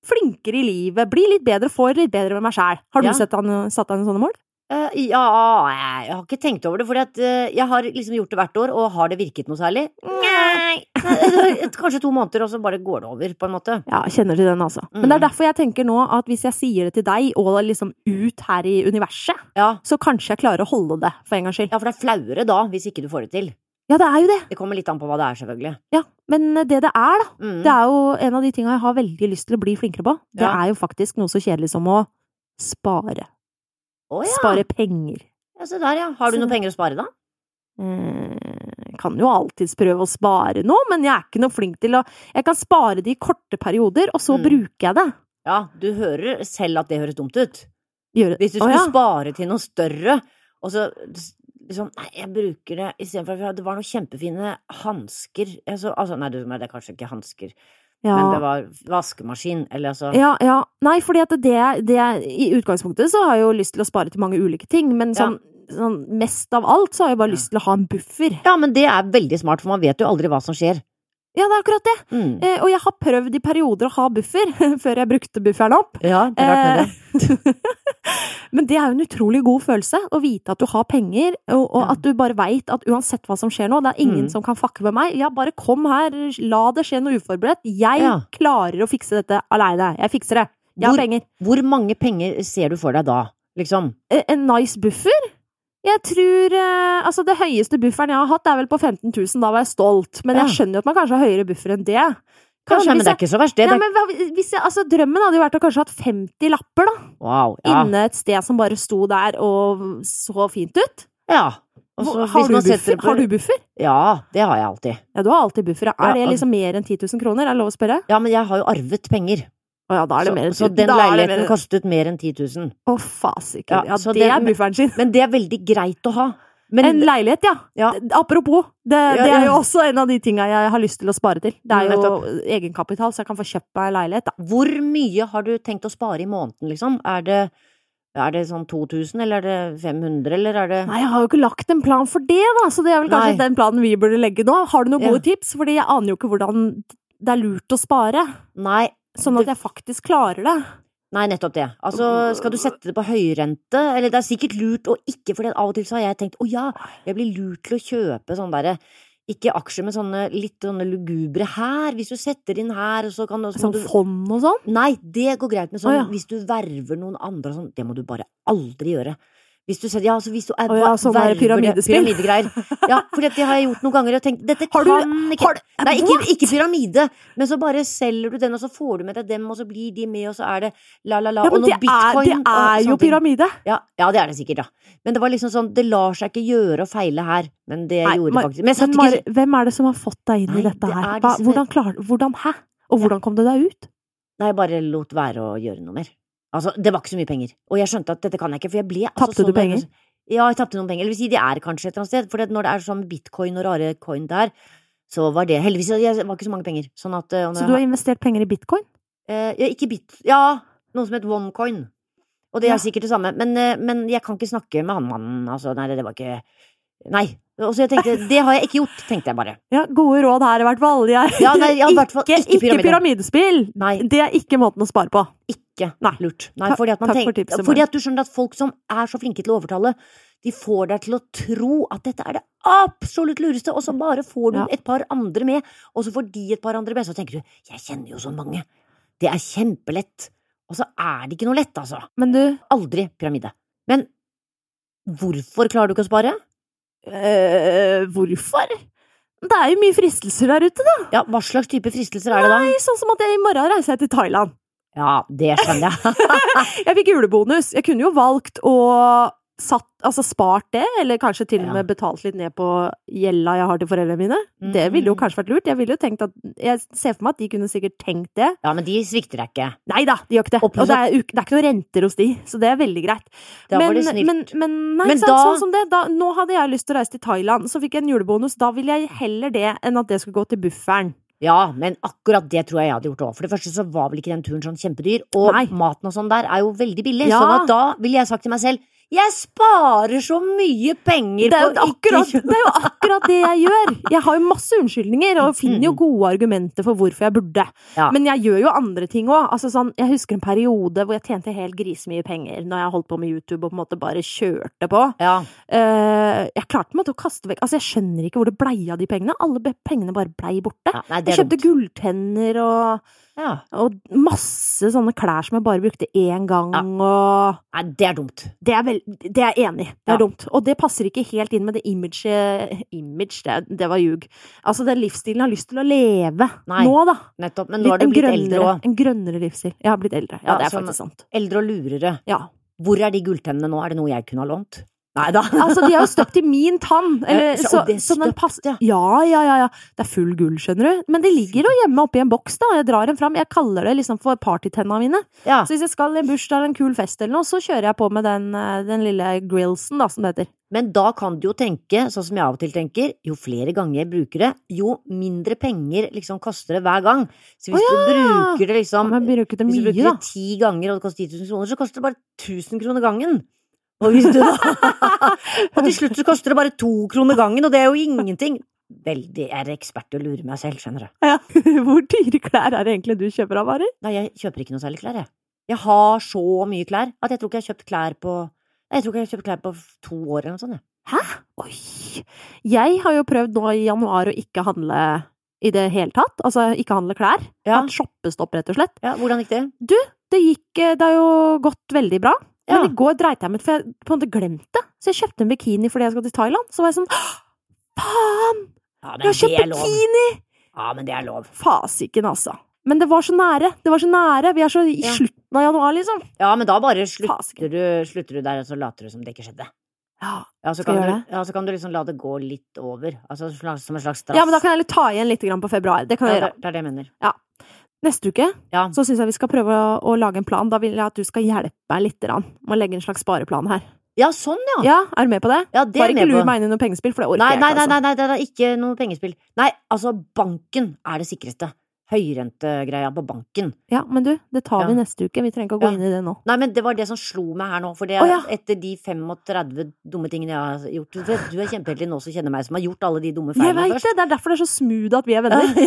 Speaker 1: flinkere i livet. Blir litt bedre for, litt bedre med meg sjæl. Har du
Speaker 2: Ja.
Speaker 1: sett an, satt deg noen sånne mål?
Speaker 2: Eh, ja, jeg har ikke tenkt over det, for jeg har liksom gjort det hvert år, og har det virket noe særlig? Nei. Kanskje to måneder, og så bare går det over, på en måte.
Speaker 1: Ja, kjenner til den, altså. Men det
Speaker 2: Mm.
Speaker 1: er derfor jeg tenker nå at hvis jeg sier det til deg, og liksom ut her i universet,
Speaker 2: Ja,
Speaker 1: så kanskje jeg klarer å holde det, for en gangs skyld.
Speaker 2: ja for det er flauere da, hvis ikke du får det til.
Speaker 1: Ja, det er jo det.
Speaker 2: Det kommer litt an på hva det er, selvfølgelig.
Speaker 1: Ja, men det det er, da,
Speaker 2: Mm.
Speaker 1: det er jo en av de tinga jeg har veldig lyst til å bli flinkere på. Det
Speaker 2: Ja.
Speaker 1: er jo faktisk noe så kjedelig som å spare.
Speaker 2: Å ja.
Speaker 1: Spare penger.
Speaker 2: ja, se der, ja. Har du
Speaker 1: Se
Speaker 2: noen
Speaker 1: der.
Speaker 2: penger å spare, da?
Speaker 1: Eh, Jeg kan jo alltids prøve å spare noe, men jeg er ikke noe flink til å Jeg kan spare det i korte perioder, og så
Speaker 2: Mm.
Speaker 1: bruker jeg det.
Speaker 2: Ja, du hører selv at det høres dumt ut.
Speaker 1: Gjøre-
Speaker 2: Hvis du
Speaker 1: Å,
Speaker 2: skulle
Speaker 1: ja.
Speaker 2: spare til noe større, og så liksom Nei, jeg bruker det istedenfor for Det var noen kjempefine hansker altså, altså, nei, du, nei, det er kanskje ikke hansker.
Speaker 1: Ja.
Speaker 2: Men det var vaskemaskin, eller altså
Speaker 1: Ja, ja. Nei, fordi at det, det I utgangspunktet så har jeg jo lyst til å spare til mange ulike ting, men
Speaker 2: Ja.
Speaker 1: sånn, sånn mest av alt så har jeg bare
Speaker 2: Ja.
Speaker 1: lyst til å ha en buffer.
Speaker 2: Ja, men det er veldig smart, for man vet jo aldri hva som skjer.
Speaker 1: Ja, det er akkurat det!
Speaker 2: Mm.
Speaker 1: Eh, og jeg har prøvd i perioder å ha buffer, før jeg brukte bufferen opp.
Speaker 2: Ja, det er rart med
Speaker 1: Eh,
Speaker 2: det.
Speaker 1: Men det er jo en utrolig god følelse, å vite at du har penger, og, og
Speaker 2: Ja.
Speaker 1: at du bare veit at uansett hva som skjer nå, det er ingen
Speaker 2: Mm.
Speaker 1: som kan fucke med meg. Ja, bare kom her, la det skje noe uforberedt. Jeg
Speaker 2: Ja.
Speaker 1: klarer å fikse dette aleine. Jeg fikser det. Jeg
Speaker 2: Hvor-
Speaker 1: har penger.
Speaker 2: Hvor mange penger ser du for deg da, liksom?
Speaker 1: eh, en nice buffer. Jeg tror eh, Altså, det høyeste bufferen jeg har hatt, er vel på 15 000. Da var jeg stolt. Men
Speaker 2: Ja.
Speaker 1: jeg skjønner jo at man kanskje har høyere buffer enn det.
Speaker 2: Kanskje,
Speaker 1: Kanskje
Speaker 2: men det
Speaker 1: hvis
Speaker 2: er
Speaker 1: jeg,
Speaker 2: ikke så verst, det.
Speaker 1: ja,
Speaker 2: det er...
Speaker 1: men hva- hvis jeg, altså, drømmen hadde jo vært å kanskje hatt 50 lapper, da.
Speaker 2: Wow. Ja.
Speaker 1: Inne et sted som bare sto der og så fint ut.
Speaker 2: ja. Og så
Speaker 1: Hvor-
Speaker 2: hvis
Speaker 1: har, du
Speaker 2: man setter
Speaker 1: buffer?
Speaker 2: på-
Speaker 1: har du buffer?
Speaker 2: Ja, det har jeg alltid.
Speaker 1: Ja, du har alltid buffer. ja.
Speaker 2: Ja,
Speaker 1: Er det
Speaker 2: al-
Speaker 1: liksom mer enn 10 000 kroner? Er det lov å spørre?
Speaker 2: Ja, men jeg har jo arvet penger.
Speaker 1: Å ja, da er det
Speaker 2: så,
Speaker 1: mer enn
Speaker 2: så
Speaker 1: 10 000.
Speaker 2: den
Speaker 1: Da er det
Speaker 2: leiligheten
Speaker 1: mer enn-
Speaker 2: kostet mer enn 10 000.
Speaker 1: Å, fasiken.
Speaker 2: Ja,
Speaker 1: Ja,
Speaker 2: så
Speaker 1: det
Speaker 2: det-
Speaker 1: er bufferen sin.
Speaker 2: Men det er veldig greit å ha. Men
Speaker 1: En leilighet, ja.
Speaker 2: Ja.
Speaker 1: D- Apropos, det,
Speaker 2: Ja,
Speaker 1: det er
Speaker 2: ja.
Speaker 1: jo også en av de tinga jeg har lyst til å spare til. Det er jo
Speaker 2: Nettopp.
Speaker 1: egenkapital, så jeg kan få kjøpt meg en leilighet, da.
Speaker 2: hvor mye har du tenkt å spare i måneden, liksom? Er det, er det sånn 2000, eller er det 500, eller er det
Speaker 1: Nei, jeg har jo ikke lagt en plan for det, da, så det er vel kanskje
Speaker 2: Nei.
Speaker 1: den planen vi burde legge nå. Har du noen
Speaker 2: Ja.
Speaker 1: gode tips? Fordi jeg aner jo ikke hvordan det er lurt å spare,
Speaker 2: Nei,
Speaker 1: sånn at jeg faktisk klarer det.
Speaker 2: Nei, nettopp det. Altså, skal du sette det på høyrente? Eller det er sikkert lurt å ikke, for av og til så har jeg tenkt å ja, jeg blir lurt til å kjøpe sånn derre ikke aksjer med sånne litt sånne lugubre her, hvis du setter inn her, og så kan du, så må
Speaker 1: Sånn
Speaker 2: du
Speaker 1: fond og sånn.
Speaker 2: Nei, det går greit med sånn
Speaker 1: Å, ja.
Speaker 2: hvis du verver noen andre og sånn. Det må du bare aldri gjøre. Hvis du setter Ja, altså hvis du er
Speaker 1: Å, ja, sånn der
Speaker 2: verver-
Speaker 1: pyramidespill.
Speaker 2: pyramidegreier. Ja, for det har jeg gjort noen ganger og tenkt dette
Speaker 1: Har du-
Speaker 2: kan ikke
Speaker 1: Har du
Speaker 2: Nei, ikke, ikke pyramide, men så bare selger du den, og så får du med deg dem, og så blir de med, og så er det la, la, la,
Speaker 1: Ja,
Speaker 2: og
Speaker 1: men det
Speaker 2: noe
Speaker 1: er,
Speaker 2: bitcoin
Speaker 1: det er
Speaker 2: og
Speaker 1: jo
Speaker 2: sånne ting.
Speaker 1: pyramide.
Speaker 2: Ja, ja, det er det sikkert, ja. Men det var liksom sånn, det lar seg ikke gjøre å feile her, men det
Speaker 1: Nei,
Speaker 2: gjorde
Speaker 1: Mar-
Speaker 2: det faktisk. Men jeg
Speaker 1: Men
Speaker 2: satt
Speaker 1: Mari,
Speaker 2: ikke
Speaker 1: hvem er det som har fått deg inn
Speaker 2: Nei,
Speaker 1: i dette
Speaker 2: det
Speaker 1: her?
Speaker 2: er
Speaker 1: Hva,
Speaker 2: disse-
Speaker 1: hvordan klar, hvordan, hæ? Og hvordan kom du deg ut?
Speaker 2: Nei, jeg bare lot være å gjøre noe mer. Altså, det var ikke så mye penger, og jeg skjønte at dette kan jeg ikke, for jeg ble altså,
Speaker 1: Tapte du
Speaker 2: nervøs.
Speaker 1: penger?
Speaker 2: Ja, jeg tapte noen penger, eller vil si de er kanskje et eller annet sted, for det- når det er sånn bitcoin og rare coin der, så var det heldigvis, det var ikke så mange penger. Sånn at, eh, og når
Speaker 1: Så
Speaker 2: jeg
Speaker 1: du har investert penger i bitcoin?
Speaker 2: Eh, ja, ikke bit... Ja, noe som het OneCoin. Og det er
Speaker 1: Ja.
Speaker 2: sikkert det samme. Men, eh, men jeg kan ikke snakke med han mannen, altså. Nei, det var ikke Nei. Og så jeg tenkte, det har jeg ikke gjort, tenkte jeg bare.
Speaker 1: Ja, gode råd her i hvert fall. Jeg...
Speaker 2: Ja, nei, ja, i hvert fall ikke pyramide.
Speaker 1: pyramidespill!
Speaker 2: Nei,
Speaker 1: Det er ikke måten å spare på.
Speaker 2: ikke
Speaker 1: Nei.
Speaker 2: lurt. Nei,
Speaker 1: Ta-
Speaker 2: fordi at man
Speaker 1: takk for
Speaker 2: tenker
Speaker 1: tipset,
Speaker 2: Fordi
Speaker 1: Maren.
Speaker 2: at du skjønner at folk som er så flinke til å overtale, de får deg til å tro at dette er det absolutt lureste, og så bare får du
Speaker 1: Ja.
Speaker 2: et par andre med, og så får de et par andre med, så tenker du, jeg kjenner jo så mange. Det er kjempelett. Og så er det ikke noe lett, altså.
Speaker 1: Men du
Speaker 2: Aldri pyramide. Men hvorfor klarer du ikke å spare?
Speaker 1: øh, Hvorfor? Det er jo mye fristelser der ute, da.
Speaker 2: Ja, Hva slags type fristelser er det da?
Speaker 1: Det er Sånn som at jeg i morgen reiser jeg til Thailand.
Speaker 2: Ja, det skjønner jeg.
Speaker 1: Jeg fikk julebonus. Jeg kunne jo valgt å satt, altså spart det, eller kanskje til og
Speaker 2: Ja.
Speaker 1: med betalt litt ned på gjelda jeg har til foreldrene mine. Det ville jo
Speaker 2: Mm.
Speaker 1: kanskje vært lurt. Jeg ville jo tenkt at Jeg ser for meg at de kunne sikkert tenkt det.
Speaker 2: Ja, men de svikter deg ikke.
Speaker 1: Nei da, de gjør ikke det.
Speaker 2: Og
Speaker 1: Og,
Speaker 2: pluss
Speaker 1: det, er, jo ikke- det er ikke noen renter hos de, så det er veldig greit.
Speaker 2: Da var det snilt.
Speaker 1: men, men nei,
Speaker 2: Men
Speaker 1: sant,
Speaker 2: da-
Speaker 1: sånn som det. Da, nå hadde jeg lyst til å reise til Thailand, så fikk jeg en julebonus. Da ville jeg heller det enn at det skulle gå til bufferen.
Speaker 2: Ja, men akkurat det tror jeg jeg hadde gjort òg. For det første så var vel ikke den turen sånn kjempedyr, og
Speaker 1: Nei.
Speaker 2: maten og sånn der er jo veldig billig.
Speaker 1: Ja.
Speaker 2: Sånn at da ville jeg sagt til meg selv jeg sparer så mye penger
Speaker 1: Det er, jo
Speaker 2: på å ikke
Speaker 1: akkurat,
Speaker 2: kjøpe
Speaker 1: det er jo akkurat det jeg gjør! Jeg har jo masse unnskyldninger og finner jo gode argumenter for hvorfor jeg burde.
Speaker 2: Mm. Ja.
Speaker 1: Men jeg gjør jo andre ting òg. Altså sånn, jeg husker en periode hvor jeg tjente helt grisemye penger når jeg holdt på med YouTube og på en måte bare kjørte på.
Speaker 2: Ja,
Speaker 1: Eh, jeg klarte meg til å kaste vekk Altså, jeg skjønner ikke hvor det blei av de pengene. Alle be- pengene bare blei borte.
Speaker 2: ja, nei, det
Speaker 1: Jeg
Speaker 2: er
Speaker 1: kjøpte
Speaker 2: dumt.
Speaker 1: gulltenner og,
Speaker 2: Ja.
Speaker 1: og masse sånne klær som jeg bare brukte én gang,
Speaker 2: Ja.
Speaker 1: og
Speaker 2: Nei, det er dumt.
Speaker 1: det er, vel, det er jeg enig i. Det er
Speaker 2: Ja.
Speaker 1: dumt. Og det passer ikke helt inn med det imaget Image, det, det var ljug. Altså, den livsstilen jeg har lyst til å leve
Speaker 2: Nei,
Speaker 1: nå, da.
Speaker 2: Nettopp. Men nå er du
Speaker 1: en,
Speaker 2: blitt
Speaker 1: grønnere,
Speaker 2: eldre og
Speaker 1: en grønnere livsstil. Jeg har blitt eldre. Ja,
Speaker 2: Ja,
Speaker 1: det er
Speaker 2: sånn-
Speaker 1: faktisk sant.
Speaker 2: eldre og lurere.
Speaker 1: Ja.
Speaker 2: Hvor er de gulltennene nå? Er det noe jeg kunne ha lånt? Nei da.
Speaker 1: Altså, de er jo støpt i min tann. Eller,
Speaker 2: Ja, så-
Speaker 1: så,
Speaker 2: og det er
Speaker 1: så den
Speaker 2: støpt,
Speaker 1: pass-
Speaker 2: ja.
Speaker 1: Ja, ja, ja, ja. Det er full gull, skjønner du. Men det ligger jo hjemme oppi en boks, da. Jeg drar den fram. Jeg kaller det liksom for partytenna mine.
Speaker 2: Ja.
Speaker 1: Så hvis jeg skal i en bursdag eller en kul fest eller noe, så kjører jeg på med den, eh, den lille grillsen, da, som det heter.
Speaker 2: Men da kan du jo tenke, sånn som jeg av og til tenker, jo flere ganger jeg bruker det, jo mindre penger liksom koster det hver gang. Så hvis
Speaker 1: Å ja!
Speaker 2: du bruker det
Speaker 1: Ja,
Speaker 2: liksom
Speaker 1: men jeg bruker det
Speaker 2: Hvis du
Speaker 1: mye,
Speaker 2: bruker
Speaker 1: da.
Speaker 2: det ti ganger og det koster 10 000 kroner, så koster det bare 1000 kroner gangen. Og, hvis du da, og til slutt så koster det bare to kroner gangen, og det er jo ingenting. Veldig, jeg er ekspert i å lure meg selv, skjønner du.
Speaker 1: Ja. Hvor dyre klær er det egentlig du kjøper av, Mari?
Speaker 2: Nei, jeg kjøper ikke noe særlig klær, jeg. Jeg har så mye klær at jeg tror ikke jeg har kjøpt klær på Nei, Jeg tror ikke jeg har kjøpt klær på to år eller noe sånt, jeg.
Speaker 1: Oi! Jeg har jo prøvd nå i januar å ikke handle i det hele tatt. Altså ikke handle klær.
Speaker 2: Ja.
Speaker 1: Hatt shoppestopp, rett og slett.
Speaker 2: Ja, hvordan gikk det?
Speaker 1: det gikk eh, Det har jo gått veldig bra. Men
Speaker 2: Ja.
Speaker 1: i går dreit jeg meg ut, for jeg på en måte glemte det. Så jeg kjøpte en bikini fordi jeg skal til Thailand. Så var jeg sånn Faen!
Speaker 2: Ja,
Speaker 1: Jeg har
Speaker 2: men det
Speaker 1: kjøpt
Speaker 2: er lov.
Speaker 1: bikini!
Speaker 2: Ja, men det er lov.
Speaker 1: Fasiken, altså. Men det var så nære. Det var så nære. Vi er så i
Speaker 2: Ja.
Speaker 1: slutten av januar, liksom.
Speaker 2: Ja, men da bare
Speaker 1: Fasiken.
Speaker 2: slutter du, slutter du der, og så later du som det ikke skjedde.
Speaker 1: Ja.
Speaker 2: Ja, så
Speaker 1: Skal
Speaker 2: kan,
Speaker 1: jeg
Speaker 2: du,
Speaker 1: gjøre
Speaker 2: ja, så kan du liksom la det gå litt over. Altså som slags- som en slags straff.
Speaker 1: ja, men da kan jeg heller ta igjen litt grann på februar. Det kan jeg
Speaker 2: Ja,
Speaker 1: gjøre.
Speaker 2: det, det er det jeg mener.
Speaker 1: Neste uke
Speaker 2: Ja.
Speaker 1: så syns jeg vi skal prøve å, å lage en plan. Da vil jeg at du skal hjelpe meg litt grann, med å legge en slags spareplan her.
Speaker 2: ja, sånn ja!
Speaker 1: Ja, Er du med på det?
Speaker 2: Ja, det
Speaker 1: Bare
Speaker 2: er jeg
Speaker 1: ikke
Speaker 2: med
Speaker 1: lur
Speaker 2: på.
Speaker 1: meg inn i noe pengespill, for det orker
Speaker 2: Nei,
Speaker 1: jeg
Speaker 2: nei,
Speaker 1: ikke.
Speaker 2: nei,
Speaker 1: altså.
Speaker 2: nei, nei, det er ikke noe pengespill. Nei, altså, banken er det sikreste. Høyrentegreia på banken.
Speaker 1: Ja, Men du, det tar vi
Speaker 2: Ja.
Speaker 1: neste uke. Vi trenger ikke å gå
Speaker 2: Ja.
Speaker 1: inn i det nå.
Speaker 2: Nei, men det var det som slo meg her nå, for det
Speaker 1: Å, ja.
Speaker 2: etter de 35 dumme tingene jeg har gjort Du, vet, du er kjempeheldig nå som kjenner meg, som har gjort alle de dumme
Speaker 1: Jeg
Speaker 2: feilene
Speaker 1: veit
Speaker 2: først.
Speaker 1: det! Det er derfor det er så smooth at vi er venner.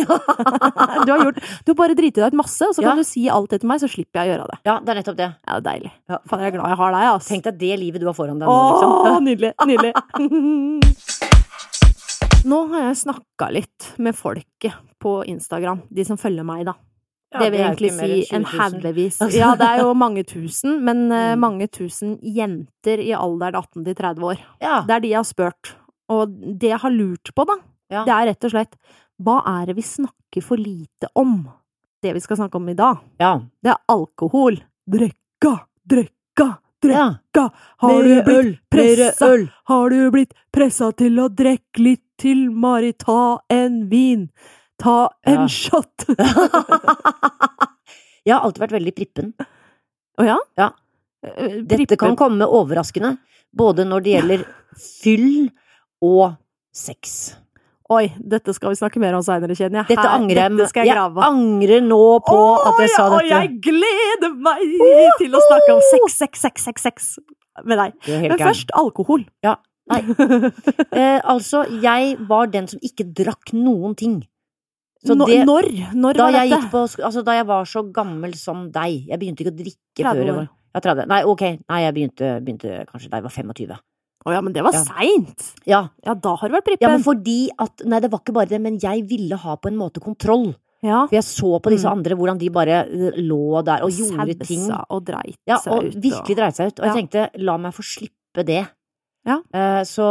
Speaker 2: ja.
Speaker 1: Du har, gjort, du har bare driti deg ut masse, og så kan
Speaker 2: Ja.
Speaker 1: du si alt det til meg, så slipper jeg å gjøre det.
Speaker 2: ja, det er nettopp det.
Speaker 1: Ja, det er deilig.
Speaker 2: Ja.
Speaker 1: Faen, jeg er glad jeg har deg, ass.
Speaker 2: Tenk deg det livet du har foran deg nå, liksom.
Speaker 1: Åh, nydelig. Nydelig. Nå har jeg snakka litt med folket på Instagram, de som følger meg, da.
Speaker 2: Ja,
Speaker 1: det vil
Speaker 2: er jo
Speaker 1: egentlig
Speaker 2: ikke mer
Speaker 1: si
Speaker 2: enn
Speaker 1: en
Speaker 2: 20 000.
Speaker 1: haugevis.
Speaker 2: Altså.
Speaker 1: Ja, det er jo mange tusen, men eh,
Speaker 2: Mm.
Speaker 1: mange tusen jenter i alderen 18 til 30 år.
Speaker 2: Ja.
Speaker 1: Det er de jeg har spurt. Og det jeg har lurt på, da,
Speaker 2: Ja.
Speaker 1: det er rett og slett hva er det vi snakker for lite om? Det vi skal snakke om i dag,
Speaker 2: ja.
Speaker 1: det er alkohol. Drikka, drikka,
Speaker 2: ja.
Speaker 1: drikka. Har du
Speaker 2: Mere
Speaker 1: blitt,
Speaker 2: øl,
Speaker 1: pressa?
Speaker 2: mere øl.
Speaker 1: har du blitt pressa til å drikke litt til, Mari? Ta en vin. Ta en
Speaker 2: Ja.
Speaker 1: shot.
Speaker 2: Jeg har alltid vært veldig prippen.
Speaker 1: Å ja?
Speaker 2: Ja.
Speaker 1: Eh,
Speaker 2: Dette kan
Speaker 1: prippen.
Speaker 2: komme overraskende, både når det gjelder fyll og sex.
Speaker 1: Oi, dette skal vi snakke mer om seinere, kjenner jeg.
Speaker 2: Dette
Speaker 1: Her-
Speaker 2: angrer jeg
Speaker 1: Dette skal jeg grave.
Speaker 2: angrer nå på at jeg
Speaker 1: Å,
Speaker 2: sa
Speaker 1: ja,
Speaker 2: dette.
Speaker 1: Og jeg gleder meg til å snakke om sex, sex, sex, sex, sex med deg.
Speaker 2: Du er helt
Speaker 1: Men
Speaker 2: gæren.
Speaker 1: først alkohol.
Speaker 2: Ja, nei. Eh, altså, jeg var den som ikke drakk noen ting. Så
Speaker 1: Nå-
Speaker 2: det,
Speaker 1: når? Når
Speaker 2: da,
Speaker 1: var
Speaker 2: jeg
Speaker 1: dette?
Speaker 2: gikk på, sk- altså, da jeg var så gammel som deg Jeg begynte ikke å drikke
Speaker 1: 30
Speaker 2: før jeg
Speaker 1: år.
Speaker 2: var ja, 30. Nei, ok. Nei, jeg begynte, begynte kanskje da jeg var 25.
Speaker 1: Å ja, men det var
Speaker 2: Ja.
Speaker 1: seint.
Speaker 2: Ja,
Speaker 1: Ja, da har du vært
Speaker 2: ja,
Speaker 1: prippen.
Speaker 2: men fordi at Nei, det var ikke bare det, men jeg ville ha på en måte kontroll.
Speaker 1: Ja,
Speaker 2: For jeg så på disse
Speaker 1: Mm.
Speaker 2: andre hvordan de bare eh, lå der og gjorde ting.
Speaker 1: Sausa og dreit
Speaker 2: Ja,
Speaker 1: seg
Speaker 2: og
Speaker 1: ut.
Speaker 2: virkelig dreide seg ut. Og jeg
Speaker 1: Ja.
Speaker 2: tenkte la meg få slippe det.
Speaker 1: Ja.
Speaker 2: Eh, så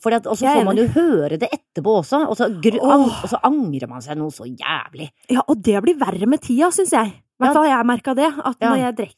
Speaker 2: fordi at, Og så
Speaker 1: Jeg er
Speaker 2: får man jo høre det etterpå også, og så, gru,
Speaker 1: Åh.
Speaker 2: ang, og så angrer man seg noe så jævlig.
Speaker 1: Og, ja, og det blir verre med tida, syns jeg. I hvert
Speaker 2: Ja.
Speaker 1: fall har jeg merka det. At
Speaker 2: Ja.
Speaker 1: når jeg drikker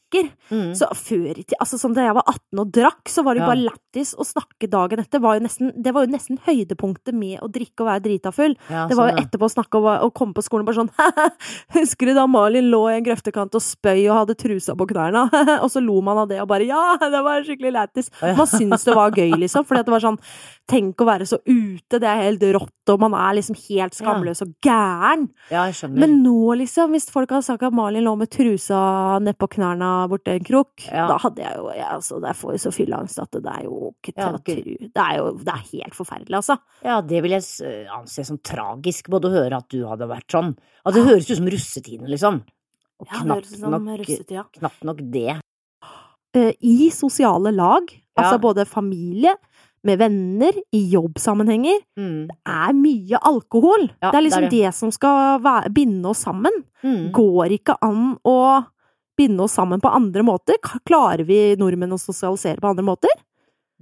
Speaker 2: Mm.
Speaker 1: Så før i tida, altså som da jeg var 18 og drakk, så var det jo
Speaker 2: Ja.
Speaker 1: bare lættis å snakke dagen etter. Var jo nesten, det var jo nesten høydepunktet med å drikke og være drita full.
Speaker 2: Ja,
Speaker 1: Det var jo
Speaker 2: sånn, ja.
Speaker 1: etterpå å snakke og, og komme på skolen bare sånn Husker du da Malin lå i en grøftekant og spøy og hadde trusa på knærne? og så lo man av det og bare Ja, det var skikkelig lættis.
Speaker 2: Ja.
Speaker 1: Man syns det var gøy, liksom. Fordi at det var sånn Tenk å være så ute, det er helt rått, og man er liksom helt skamløs og gæren.
Speaker 2: ja, jeg skjønner.
Speaker 1: Men nå, liksom, hvis folk hadde sagt at Malin lå med trusa nedpå knærne borti en krok,
Speaker 2: Ja.
Speaker 1: da hadde jeg jo jeg, altså, Jeg får jo så fylleangst at det er jo ikke til
Speaker 2: Ja,
Speaker 1: å
Speaker 2: gud.
Speaker 1: tru. Det er jo det er helt forferdelig, altså.
Speaker 2: ja, det vil jeg s- eh, anse som tragisk, både å høre at du hadde vært sånn. Altså, det høres ut som russetiden, liksom. Og
Speaker 1: Ja, det
Speaker 2: knapt,
Speaker 1: høres ut som
Speaker 2: nok,
Speaker 1: russetida.
Speaker 2: knapt nok det.
Speaker 1: eh, i sosiale lag,
Speaker 2: Ja.
Speaker 1: altså både familie, med venner, i jobbsammenhenger,
Speaker 2: Mm.
Speaker 1: er mye alkohol.
Speaker 2: Ja,
Speaker 1: det er liksom
Speaker 2: det er
Speaker 1: det, som skal væ- binde oss sammen.
Speaker 2: Mm.
Speaker 1: Går ikke an å binde oss sammen på andre måter? K- Klarer vi nordmenn å sosialisere på andre måter?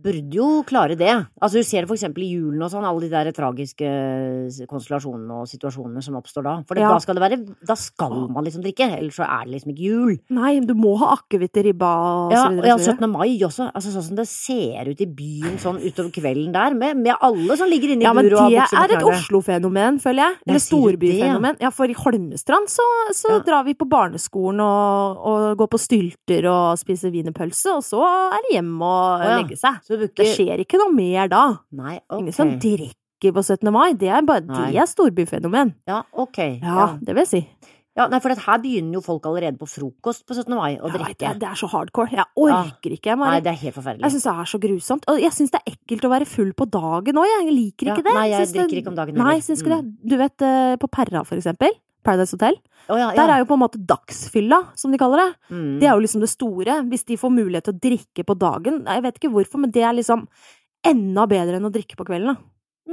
Speaker 2: burde jo klare det. Altså, du ser det for eksempel i julen og sånn, alle de der tragiske konstellasjonene og situasjonene som oppstår da. For det,
Speaker 1: Ja.
Speaker 2: da skal det være Da skal man liksom drikke, ellers så er det liksom ikke jul.
Speaker 1: Nei, men du må ha akevitt i ribba og
Speaker 2: Ja,
Speaker 1: så
Speaker 2: og
Speaker 1: videre.
Speaker 2: ja,
Speaker 1: og så videre.
Speaker 2: 17. mai også. Altså sånn som det ser ut i byen sånn utover kvelden der, med, med alle som ligger inne i
Speaker 1: Ja, men
Speaker 2: bur
Speaker 1: det
Speaker 2: og har bukser
Speaker 1: er
Speaker 2: på
Speaker 1: et
Speaker 2: knærne.
Speaker 1: Oslo-fenomen, føler jeg. Eller
Speaker 2: sier du det, ja?
Speaker 1: storbyfenomen. Ja, for i Holmestrand så, så
Speaker 2: Ja.
Speaker 1: drar vi på barneskolen og, og går på stylter og spiser wienerpølse, og så er det hjem og
Speaker 2: Å ja.
Speaker 1: legge seg.
Speaker 2: Så du
Speaker 1: Det
Speaker 2: ikke
Speaker 1: skjer ikke noe mer da.
Speaker 2: Nei,
Speaker 1: Ingen som
Speaker 2: ok.
Speaker 1: drikker på 17. mai. Det er bare
Speaker 2: Nei.
Speaker 1: det er storbyfenomen.
Speaker 2: Ja, ok.
Speaker 1: Ja,
Speaker 2: Ja.
Speaker 1: det vil jeg si.
Speaker 2: ja, nei, for det her begynner jo folk allerede på frokost på 17. mai å
Speaker 1: Ja, nei,
Speaker 2: drikke.
Speaker 1: det, det er Altså, så hardcore. Jeg orker ikke,
Speaker 2: Nei,
Speaker 1: Marit.
Speaker 2: det er helt
Speaker 1: Jeg
Speaker 2: forferdelig.
Speaker 1: syns det er så grusomt. Og jeg syns det er ekkelt å være full på dagen òg. Jeg liker
Speaker 2: Ja,
Speaker 1: ikke det.
Speaker 2: nei, jeg
Speaker 1: Syns det-
Speaker 2: drikker ikke om dagen
Speaker 1: Nei,
Speaker 2: heller. Mm.
Speaker 1: syns ikke det. Du vet, eh, på Perra, for eksempel. Paradise Hotel.
Speaker 2: Å, ja, ja.
Speaker 1: Der er jo på en måte dagsfylla, som de kaller det.
Speaker 2: Mm.
Speaker 1: Det er jo liksom det store. Hvis de får mulighet til å drikke på dagen Jeg vet ikke hvorfor, men det er liksom enda bedre enn å drikke på kvelden, da.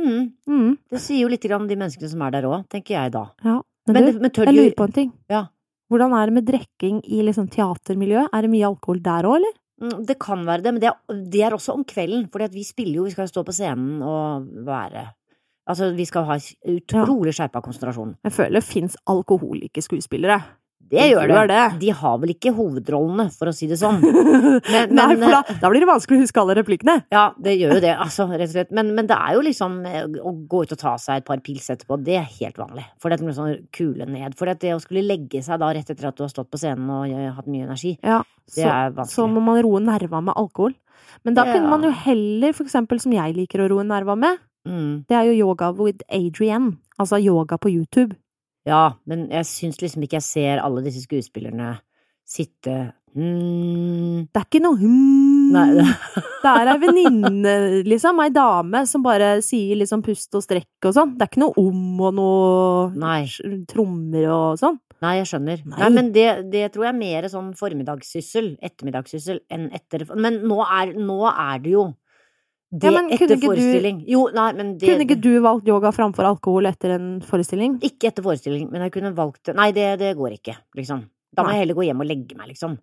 Speaker 2: mm.
Speaker 1: Mm.
Speaker 2: Det sier jo litt grann om de menneskene som er der òg, tenker jeg da.
Speaker 1: Ja. Men,
Speaker 2: Men,
Speaker 1: du,
Speaker 2: men tør
Speaker 1: jeg
Speaker 2: du
Speaker 1: lurer på en ting.
Speaker 2: Ja.
Speaker 1: Hvordan er det med drikking i liksom teatermiljøet? Er det mye alkohol der òg, eller?
Speaker 2: Mm, Det kan være det, men det er, det er også om kvelden. Fordi at vi spiller jo, vi skal jo stå på scenen og være Altså, vi skal ha utrolig skjerpa konsentrasjon.
Speaker 1: Jeg føler det fins alkoholike skuespillere.
Speaker 2: Det gjør det.
Speaker 1: det.
Speaker 2: De har vel ikke hovedrollene, for å si det sånn. Men,
Speaker 1: Nei,
Speaker 2: men eh,
Speaker 1: for da, da blir det vanskelig å huske alle replikkene.
Speaker 2: Ja, det gjør jo det, altså, rett og slett. Men, men det er jo liksom eh, å gå ut og ta seg et par pils etterpå, det er helt vanlig. For det er sånn kule ned. For det å skulle legge seg da rett etter at du har stått på scenen og eh, hatt mye energi,
Speaker 1: Ja,
Speaker 2: det
Speaker 1: så,
Speaker 2: er vanskelig.
Speaker 1: så må man roe nerva med alkohol. Men da kunne
Speaker 2: Ja.
Speaker 1: man jo heller, for eksempel, som jeg liker å roe nerva med,
Speaker 2: Mm.
Speaker 1: Det er jo yoga with Adrienne. Altså yoga på YouTube.
Speaker 2: Ja, men jeg syns liksom ikke jeg ser alle disse skuespillerne sitte mm,
Speaker 1: Det er ikke noe hmm.
Speaker 2: Nei, det,
Speaker 1: Det er ei venninne, liksom. Ei dame som bare sier liksom pust og strekk og sånn. Det er ikke noe om og noe
Speaker 2: nei,
Speaker 1: sj- trommer og sånn.
Speaker 2: nei, jeg skjønner. Nei,
Speaker 1: Nei.
Speaker 2: men det, det tror jeg er mer sånn formiddagssyssel, ettermiddagssyssel, enn etter Men nå er, nå er det jo det
Speaker 1: Ja, men kunne
Speaker 2: etter
Speaker 1: ikke du-
Speaker 2: forestilling. Jo, nei, men det
Speaker 1: Kunne ikke du valgt yoga framfor alkohol etter en forestilling?
Speaker 2: Ikke etter forestilling, men jeg kunne valgt det. Nei, det, det går ikke, liksom. Da må
Speaker 1: Nei.
Speaker 2: jeg heller gå hjem og legge meg, liksom.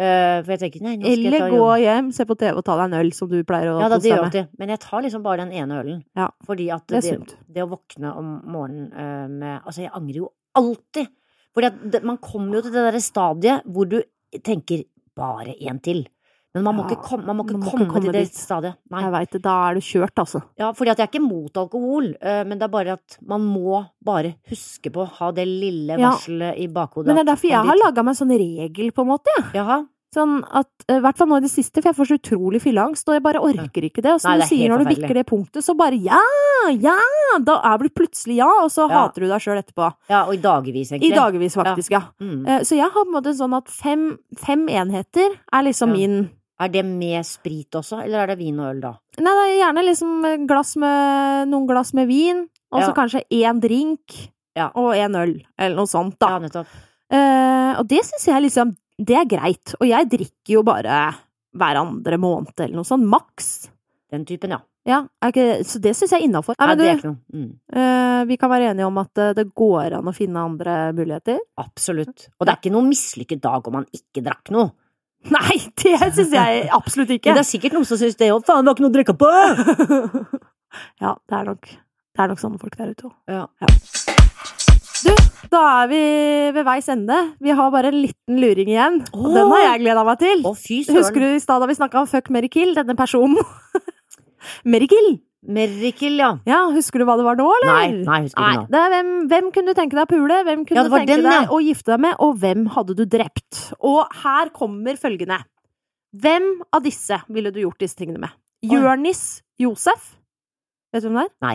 Speaker 2: Eh, for jeg tenker nei, nå skal jeg
Speaker 1: Eller
Speaker 2: ta
Speaker 1: gå
Speaker 2: jobb.
Speaker 1: hjem, se på TV og ta deg en øl, som du pleier å
Speaker 2: Ja da, det
Speaker 1: kose
Speaker 2: gjør jeg
Speaker 1: deg med.
Speaker 2: alltid. Men jeg tar liksom bare den ene ølen.
Speaker 1: Ja,
Speaker 2: Fordi at
Speaker 1: Det
Speaker 2: det,
Speaker 1: er sunt.
Speaker 2: det å våkne om morgenen eh, med Altså, jeg angrer jo alltid. Fordi at det, man kommer jo til det derre stadiet hvor du tenker bare én til. Men man må
Speaker 1: Ja,
Speaker 2: ikke, kom, man må ikke
Speaker 1: man må ikke
Speaker 2: komme,
Speaker 1: komme
Speaker 2: til det
Speaker 1: dit.
Speaker 2: stadiet. Nei.
Speaker 1: Jeg veit det. Da er du kjørt, altså.
Speaker 2: Ja, fordi at jeg er ikke mot alkohol, eh, men det er bare at man må bare huske på å ha det lille
Speaker 1: Ja.
Speaker 2: varselet i bakhodet.
Speaker 1: Men det er
Speaker 2: at
Speaker 1: derfor jeg
Speaker 2: man
Speaker 1: har
Speaker 2: dit-
Speaker 1: laga meg en sånn regel, på en måte.
Speaker 2: Jaha.
Speaker 1: Sånn at, I hvert fall nå i det siste, for jeg får så utrolig fylleangst, og jeg bare orker ikke det. Og som
Speaker 2: Nei,
Speaker 1: du
Speaker 2: det er
Speaker 1: sier,
Speaker 2: helt
Speaker 1: når du
Speaker 2: forferdelig.
Speaker 1: bikker det punktet, så bare ja, ja! Da er du plutselig ja, og så
Speaker 2: Ja.
Speaker 1: hater du deg sjøl etterpå.
Speaker 2: Ja, og i dagevis, egentlig.
Speaker 1: I dagevis, faktisk, ja.
Speaker 2: Mm.
Speaker 1: Eh, Så jeg har på en måte sånn at fem, fem enheter er liksom
Speaker 2: Ja.
Speaker 1: min
Speaker 2: Er det med sprit også, eller er det vin og øl da?
Speaker 1: Nei, det er gjerne liksom glass med, noen glass med vin, og så
Speaker 2: Ja.
Speaker 1: kanskje én drink
Speaker 2: Ja.
Speaker 1: og én øl, eller noe sånt, da.
Speaker 2: Ja, nettopp.
Speaker 1: Eh, og det syns jeg liksom Det er greit. Og jeg drikker jo bare hver andre måned, eller noe sånt. Maks.
Speaker 2: Den typen, ja.
Speaker 1: Ja, er ikke, så det syns jeg er innafor.
Speaker 2: Nei,
Speaker 1: Men
Speaker 2: det er
Speaker 1: du,
Speaker 2: ikke noe. Mm.
Speaker 1: eh, vi kan være enige om at eh, det går an å finne andre muligheter?
Speaker 2: Absolutt. Og det er ikke noen mislykket dag om man ikke drakk noe.
Speaker 1: Nei, det syns jeg absolutt ikke!
Speaker 2: Men det er sikkert noen som syns det òg. Faen, det var ikke noe å drikke på!
Speaker 1: ja, det er nok det er nok sånne folk der ute òg.
Speaker 2: Ja.
Speaker 1: Da er vi ved veis ende. Vi har bare en liten luring igjen. Og
Speaker 2: Åh!
Speaker 1: den har jeg gleda meg til.
Speaker 2: Å, fy
Speaker 1: Husker
Speaker 2: søren.
Speaker 1: du i stad da vi snakka om fuck Mary Kill, denne personen? Mary Kill!
Speaker 2: Merrikel, ja.
Speaker 1: Ja, husker du hva det var nå, eller?
Speaker 2: Nei, nei, husker ikke
Speaker 1: Nei, det er hvem, hvem kunne du tenke deg å pule, hvem kunne
Speaker 2: Ja,
Speaker 1: du
Speaker 2: det var
Speaker 1: tenke
Speaker 2: den,
Speaker 1: deg
Speaker 2: ja.
Speaker 1: å gifte deg med, og hvem hadde du drept? Og her kommer følgende. Hvem av disse ville du gjort disse tingene med?
Speaker 2: Oi.
Speaker 1: Jørnis Josef. Vet du hvem det er?
Speaker 2: Nei.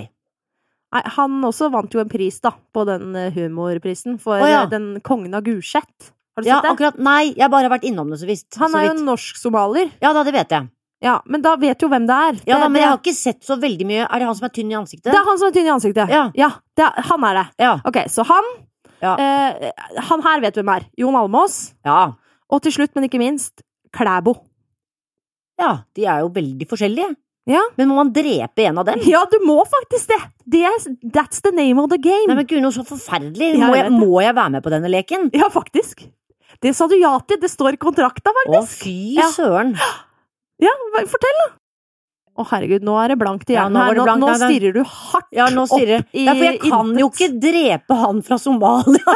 Speaker 1: Nei, han også vant jo en pris, da, på den eh, humorprisen, for
Speaker 2: Å, ja.
Speaker 1: eh, den kongen av Gulset. Har du
Speaker 2: Ja,
Speaker 1: sett det?
Speaker 2: akkurat. Nei, jeg bare har vært innom det så visst.
Speaker 1: Han
Speaker 2: så
Speaker 1: er jo
Speaker 2: vidt.
Speaker 1: en norsk-somalier.
Speaker 2: Ja da, det vet jeg.
Speaker 1: Ja, men da vet jo hvem det er.
Speaker 2: Ja
Speaker 1: det,
Speaker 2: da, Men
Speaker 1: det,
Speaker 2: jeg har ikke sett så veldig mye. Er det han som er tynn i ansiktet?
Speaker 1: det er han som er tynn i ansiktet.
Speaker 2: Ja.
Speaker 1: det er, han er det.
Speaker 2: Ja.
Speaker 1: Ok, så han
Speaker 2: Ja.
Speaker 1: eh, Han her vet hvem er. Jon Almås.
Speaker 2: ja.
Speaker 1: Og til slutt, men ikke minst, Klæbo.
Speaker 2: Ja, de er jo veldig forskjellige.
Speaker 1: Ja.
Speaker 2: Men må man drepe en av dem?
Speaker 1: Ja, du må faktisk det! det er, that's the name of the game.
Speaker 2: Nei, men Guro, så forferdelig!
Speaker 1: Ja,
Speaker 2: Må
Speaker 1: jeg
Speaker 2: jeg,
Speaker 1: vet det.
Speaker 2: må jeg være med på denne leken?
Speaker 1: Ja, faktisk. Det sa du ja til. Det står i kontrakta, faktisk.
Speaker 2: Å, fy
Speaker 1: Ja.
Speaker 2: søren!
Speaker 1: Ja, hva- fortell. Å, herregud, nå er det blankt i
Speaker 2: Ja,
Speaker 1: hjernen
Speaker 2: nå var
Speaker 1: her.
Speaker 2: det
Speaker 1: Nå,
Speaker 2: blankt,
Speaker 1: nå
Speaker 2: ja, det-
Speaker 1: stirrer du hardt
Speaker 2: Ja, nå
Speaker 1: opp i
Speaker 2: stirrer Ja, for jeg kan jo ikke drepe han fra Somalia.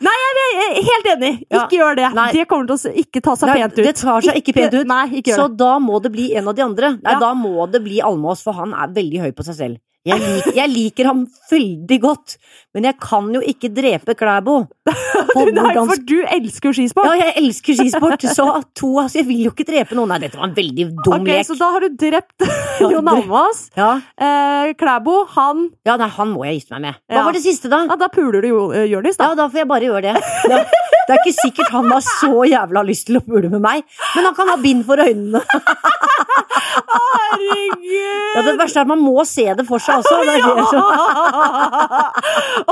Speaker 1: Jeg er Helt enig!
Speaker 2: Ja.
Speaker 1: Ikke gjør det.
Speaker 2: Nei.
Speaker 1: Det kommer til å se- ikke ta seg
Speaker 2: Nei,
Speaker 1: pent ut.
Speaker 2: det tar seg ikke pent ut.
Speaker 1: Nei, ikke gjør
Speaker 2: Så da må det bli en av de andre. Nei,
Speaker 1: Ja.
Speaker 2: da må det bli Almås, for han er veldig høy på seg selv. Jeg, lik, jeg liker ham veldig godt, men jeg kan jo ikke drepe Klæbo. På
Speaker 1: det. Nei,
Speaker 2: hvordan
Speaker 1: for du elsker jo skisport.
Speaker 2: Ja, jeg elsker skisport, så to altså, Jeg vil jo ikke drepe noen. Nei, dette var en veldig dum
Speaker 1: Ok,
Speaker 2: lek.
Speaker 1: Så da har du drept Jon Almaas.
Speaker 2: Ja.
Speaker 1: Eh, Klæbo, han
Speaker 2: ja, nei, han må jeg gifte meg med. Hva
Speaker 1: Ja.
Speaker 2: var det siste, da?
Speaker 1: Ja, da puler du jo eh, Jonis, da.
Speaker 2: Ja, da får jeg bare gjøre det. Det er- Det er ikke sikkert han har så jævla lyst til å pule med meg, men han kan ha bind for øynene. Ja,
Speaker 1: Herregud!
Speaker 2: det verste er at man må se det for seg også. Det er det som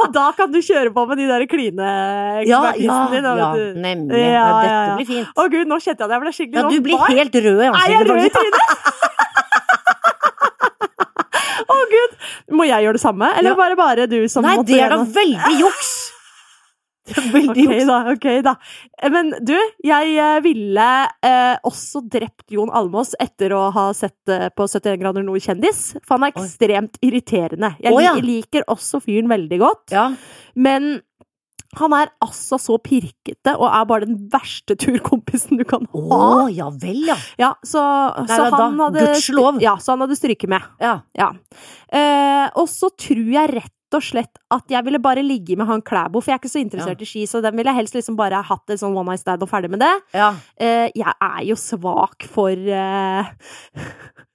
Speaker 1: Og da kan du kjøre på med de der
Speaker 2: Ja,
Speaker 1: klineekspertisen
Speaker 2: ja,
Speaker 1: din. da,
Speaker 2: ja,
Speaker 1: vet du. Ja,
Speaker 2: nemlig.
Speaker 1: ja,
Speaker 2: Ja,
Speaker 1: ja.
Speaker 2: dette blir fint.
Speaker 1: Å gud, nå kjente jeg det. Jeg ble skikkelig
Speaker 2: Ja, du
Speaker 1: sånn
Speaker 2: blir
Speaker 1: varm.
Speaker 2: helt sånn, rød altså. i
Speaker 1: Er jeg
Speaker 2: ansiktet.
Speaker 1: rød i
Speaker 2: faktisk.
Speaker 1: trynet? Å gud! Må jeg gjøre det samme, eller
Speaker 2: Ja.
Speaker 1: bare bare du som
Speaker 2: Nei,
Speaker 1: måtte
Speaker 2: det er da
Speaker 1: gjennom?
Speaker 2: veldig juks! Det er veldig
Speaker 1: Ok
Speaker 2: juks.
Speaker 1: da, ok da. Eh, Men du, jeg eh, ville eh, også drept Jon Almås etter å ha sett eh, på 71 grader nord kjendis, for han er
Speaker 2: Oi.
Speaker 1: ekstremt irriterende. Jeg
Speaker 2: Å, ja.
Speaker 1: lik- liker også fyren veldig godt,
Speaker 2: Ja.
Speaker 1: men han er altså så pirkete og er bare den verste turkompisen du kan ha.
Speaker 2: Å, ja vel, ja.
Speaker 1: Ja, så, så,
Speaker 2: da, da.
Speaker 1: han hadde,
Speaker 2: Gudskjelov.
Speaker 1: ja, så han hadde stryket med.
Speaker 2: ja.
Speaker 1: Ja. Eh, og så tror jeg rett og slett at jeg ville bare ligge med han Klæbo, for jeg er ikke så interessert i ski, så den ville jeg helst liksom bare hatt et sånn one night stand og ferdig med det.
Speaker 2: ja.
Speaker 1: Eh, jeg er jo svak for eh,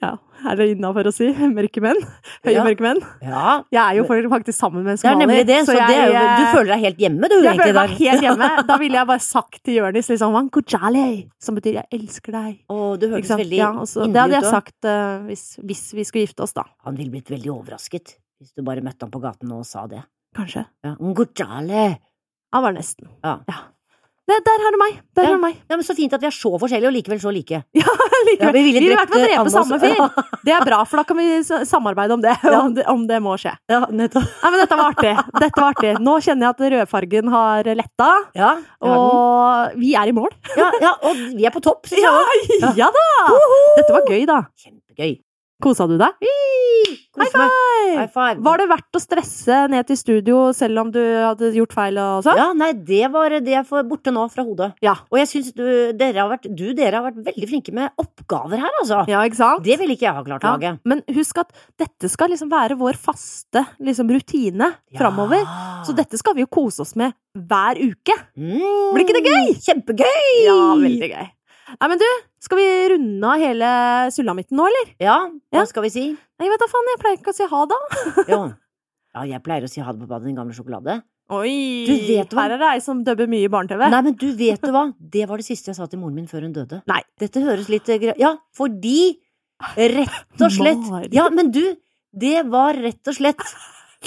Speaker 1: Ja, er det innafor å si? Mørke menn? Høye
Speaker 2: Ja.
Speaker 1: mørke menn.
Speaker 2: ja.
Speaker 1: Jeg er jo for- faktisk sammen med en
Speaker 2: Det er
Speaker 1: somalier,
Speaker 2: nemlig det, så, det er jo, du
Speaker 1: eh,
Speaker 2: føler deg helt hjemme, du,
Speaker 1: jeg
Speaker 2: egentlig,
Speaker 1: føler meg
Speaker 2: der.
Speaker 1: helt hjemme. Da ville jeg bare sagt til Jonis liksom "Wankujale", som betyr 'jeg elsker deg'.
Speaker 2: Å, du
Speaker 1: Ikke
Speaker 2: hørtes
Speaker 1: sant?
Speaker 2: veldig
Speaker 1: Ja, og så- det
Speaker 2: inderlig
Speaker 1: hadde
Speaker 2: ut
Speaker 1: jeg
Speaker 2: også.
Speaker 1: sagt eh, hvis, hvis vi skulle gifte oss, da.
Speaker 2: Han ville blitt veldig overrasket hvis du bare møtte ham på gaten og sa det.
Speaker 1: Kanskje.
Speaker 2: Ja, Ngujale.
Speaker 1: Han var nesten.
Speaker 2: Ja.
Speaker 1: Det, der har du meg! Der
Speaker 2: Ja.
Speaker 1: har du meg.
Speaker 2: ja, men Så fint at vi er så forskjellige og likevel så like. Ja,
Speaker 1: Likevel.
Speaker 2: vi
Speaker 1: vi
Speaker 2: ville
Speaker 1: vil i hvert
Speaker 2: drept,
Speaker 1: fall
Speaker 2: eh,
Speaker 1: drepe
Speaker 2: Almås.
Speaker 1: samme fyr! Det er bra, for da kan vi s- samarbeide om det. Om, det om det må skje.
Speaker 2: Ja, nettopp.
Speaker 1: Nei, men dette var artig. Dette var artig. Nå kjenner jeg at rødfargen har letta,
Speaker 2: Ja, vi har den.
Speaker 1: og vi er i mål.
Speaker 2: ja, ja, og vi er på topp. synes jeg også. Ja.
Speaker 1: Ja da! Dette var gøy, da.
Speaker 2: Kjempegøy.
Speaker 1: Kosa du deg?
Speaker 2: Kos meg. High five.
Speaker 1: Var det verdt å stresse ned til studio selv om du hadde gjort feil og sånn?
Speaker 2: Ja, nei, det var det jeg får borte nå fra hodet.
Speaker 1: Ja.
Speaker 2: Og jeg syns du, dere har vært- du, dere har vært veldig flinke med oppgaver her, altså.
Speaker 1: Ja, ikke sant?
Speaker 2: Det ville ikke jeg ha klart å lage.
Speaker 1: Ja, men husk at dette skal liksom være vår faste liksom, rutine framover. Så dette skal vi jo kose oss med hver uke.
Speaker 2: Blir
Speaker 1: Blir ikke det
Speaker 2: gøy? Mm. Kjempegøy!
Speaker 1: gøy. Nei, men du, skal vi runde av hele sulamitten nå, eller?
Speaker 2: Ja, hva
Speaker 1: Ja.
Speaker 2: skal vi si?
Speaker 1: Nei, vet da faen, jeg pleier ikke å si ha da.
Speaker 2: Jo. Ja, jeg pleier å si ha det på badet, din gamle sjokolade.
Speaker 1: Oi!
Speaker 2: Du vet hva-
Speaker 1: Her er det ei som dubber mye barne-TV.
Speaker 2: Nei, men du vet du hva? Det var det siste jeg sa til moren min før hun døde.
Speaker 1: Nei.
Speaker 2: Dette høres litt eh, gre- Ja, fordi Rett og slett
Speaker 1: Marit.
Speaker 2: Ja, men du, det var rett og slett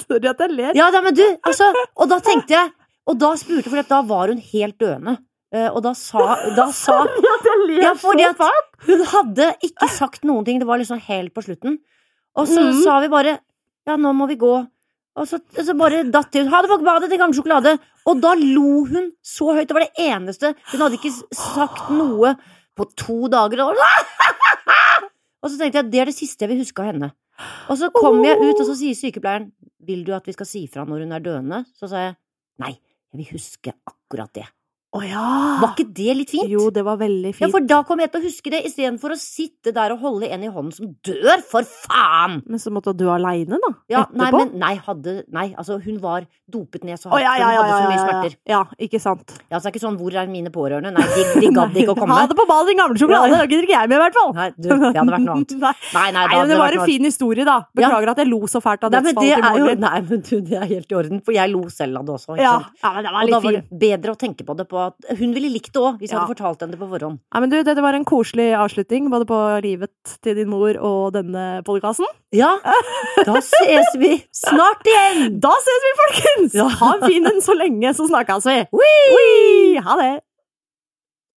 Speaker 1: Sorry at jeg ler.
Speaker 2: Ja, da, men du, altså Og da tenkte jeg Og da spurte for da var hun helt døende. Eh, Og da sa, da sa
Speaker 1: Sorry at jeg ler
Speaker 2: Ja, fordi
Speaker 1: så
Speaker 2: at-
Speaker 1: fælt.
Speaker 2: Hun hadde ikke sagt noen ting, det var liksom helt på slutten. Og så
Speaker 1: Mhm.
Speaker 2: sa vi bare ja, nå må vi gå. Og så, så bare datt det ut. Ha det på badet til gammel sjokolade! Og da lo hun så høyt. Det var det eneste. Hun hadde ikke s- sagt noe på to dager. Og, og så tenkte jeg det er det siste jeg vil huske av henne. Og så kom jeg ut, og så sier sykepleieren vil du at vi skal si fra når hun er døende. Så sa jeg nei, jeg vil huske akkurat det.
Speaker 1: Å ja.
Speaker 2: Var ikke det litt fint?
Speaker 1: Jo, det var veldig
Speaker 2: Ja,
Speaker 1: fint.
Speaker 2: for da kommer jeg til å huske det, istedenfor å sitte der og holde en i hånden som dør, for faen!
Speaker 1: Men så måtte du aleine, da.
Speaker 2: Ja, nei,
Speaker 1: etterpå.
Speaker 2: men nei, hadde Nei, altså, hun var dopet ned så
Speaker 1: Å
Speaker 2: hardt,
Speaker 1: ja, ja,
Speaker 2: så
Speaker 1: ja,
Speaker 2: hun
Speaker 1: ja,
Speaker 2: hadde så mye
Speaker 1: ja, ja.
Speaker 2: smerter.
Speaker 1: ja, ikke sant.
Speaker 2: Ja, så det er ikke sånn 'hvor er mine pårørende'? Nei, de, de gadd ikke å komme.
Speaker 1: Ha det på ballen, din gamle sjokolade! Det gidder ikke jeg med, i hvert fall.
Speaker 2: Nei, du, det hadde vært noe annet.
Speaker 1: Nei.
Speaker 2: Nei, nei,
Speaker 1: Nei,
Speaker 2: da
Speaker 1: men
Speaker 2: hadde
Speaker 1: det var
Speaker 2: vært
Speaker 1: en
Speaker 2: noe annet.
Speaker 1: fin historie, da. Beklager at jeg lo så fælt av
Speaker 2: Nei, men det
Speaker 1: dødsfallet til
Speaker 2: er jo
Speaker 1: moren din.
Speaker 2: Nei, men du, det er helt i orden, for jeg lo selv av det også, ikke
Speaker 1: Ja.
Speaker 2: sant.
Speaker 1: ja, men det var
Speaker 2: Og da
Speaker 1: litt
Speaker 2: var
Speaker 1: fin.
Speaker 2: det bedre å tenke på det på at Hun ville likt det òg, hvis jeg
Speaker 1: Ja.
Speaker 2: hadde fortalt henne det på forhånd.
Speaker 1: Nei, men du, dette var en koselig avslutning, både på livet til din mor og denne podkasten.
Speaker 2: Ja, da ses vi snart igjen!
Speaker 1: Da ses vi, folkens!
Speaker 2: Ja.
Speaker 1: Ha en fin en så lenge, så snakkes vi!
Speaker 2: Wee!
Speaker 1: Ui, ha det!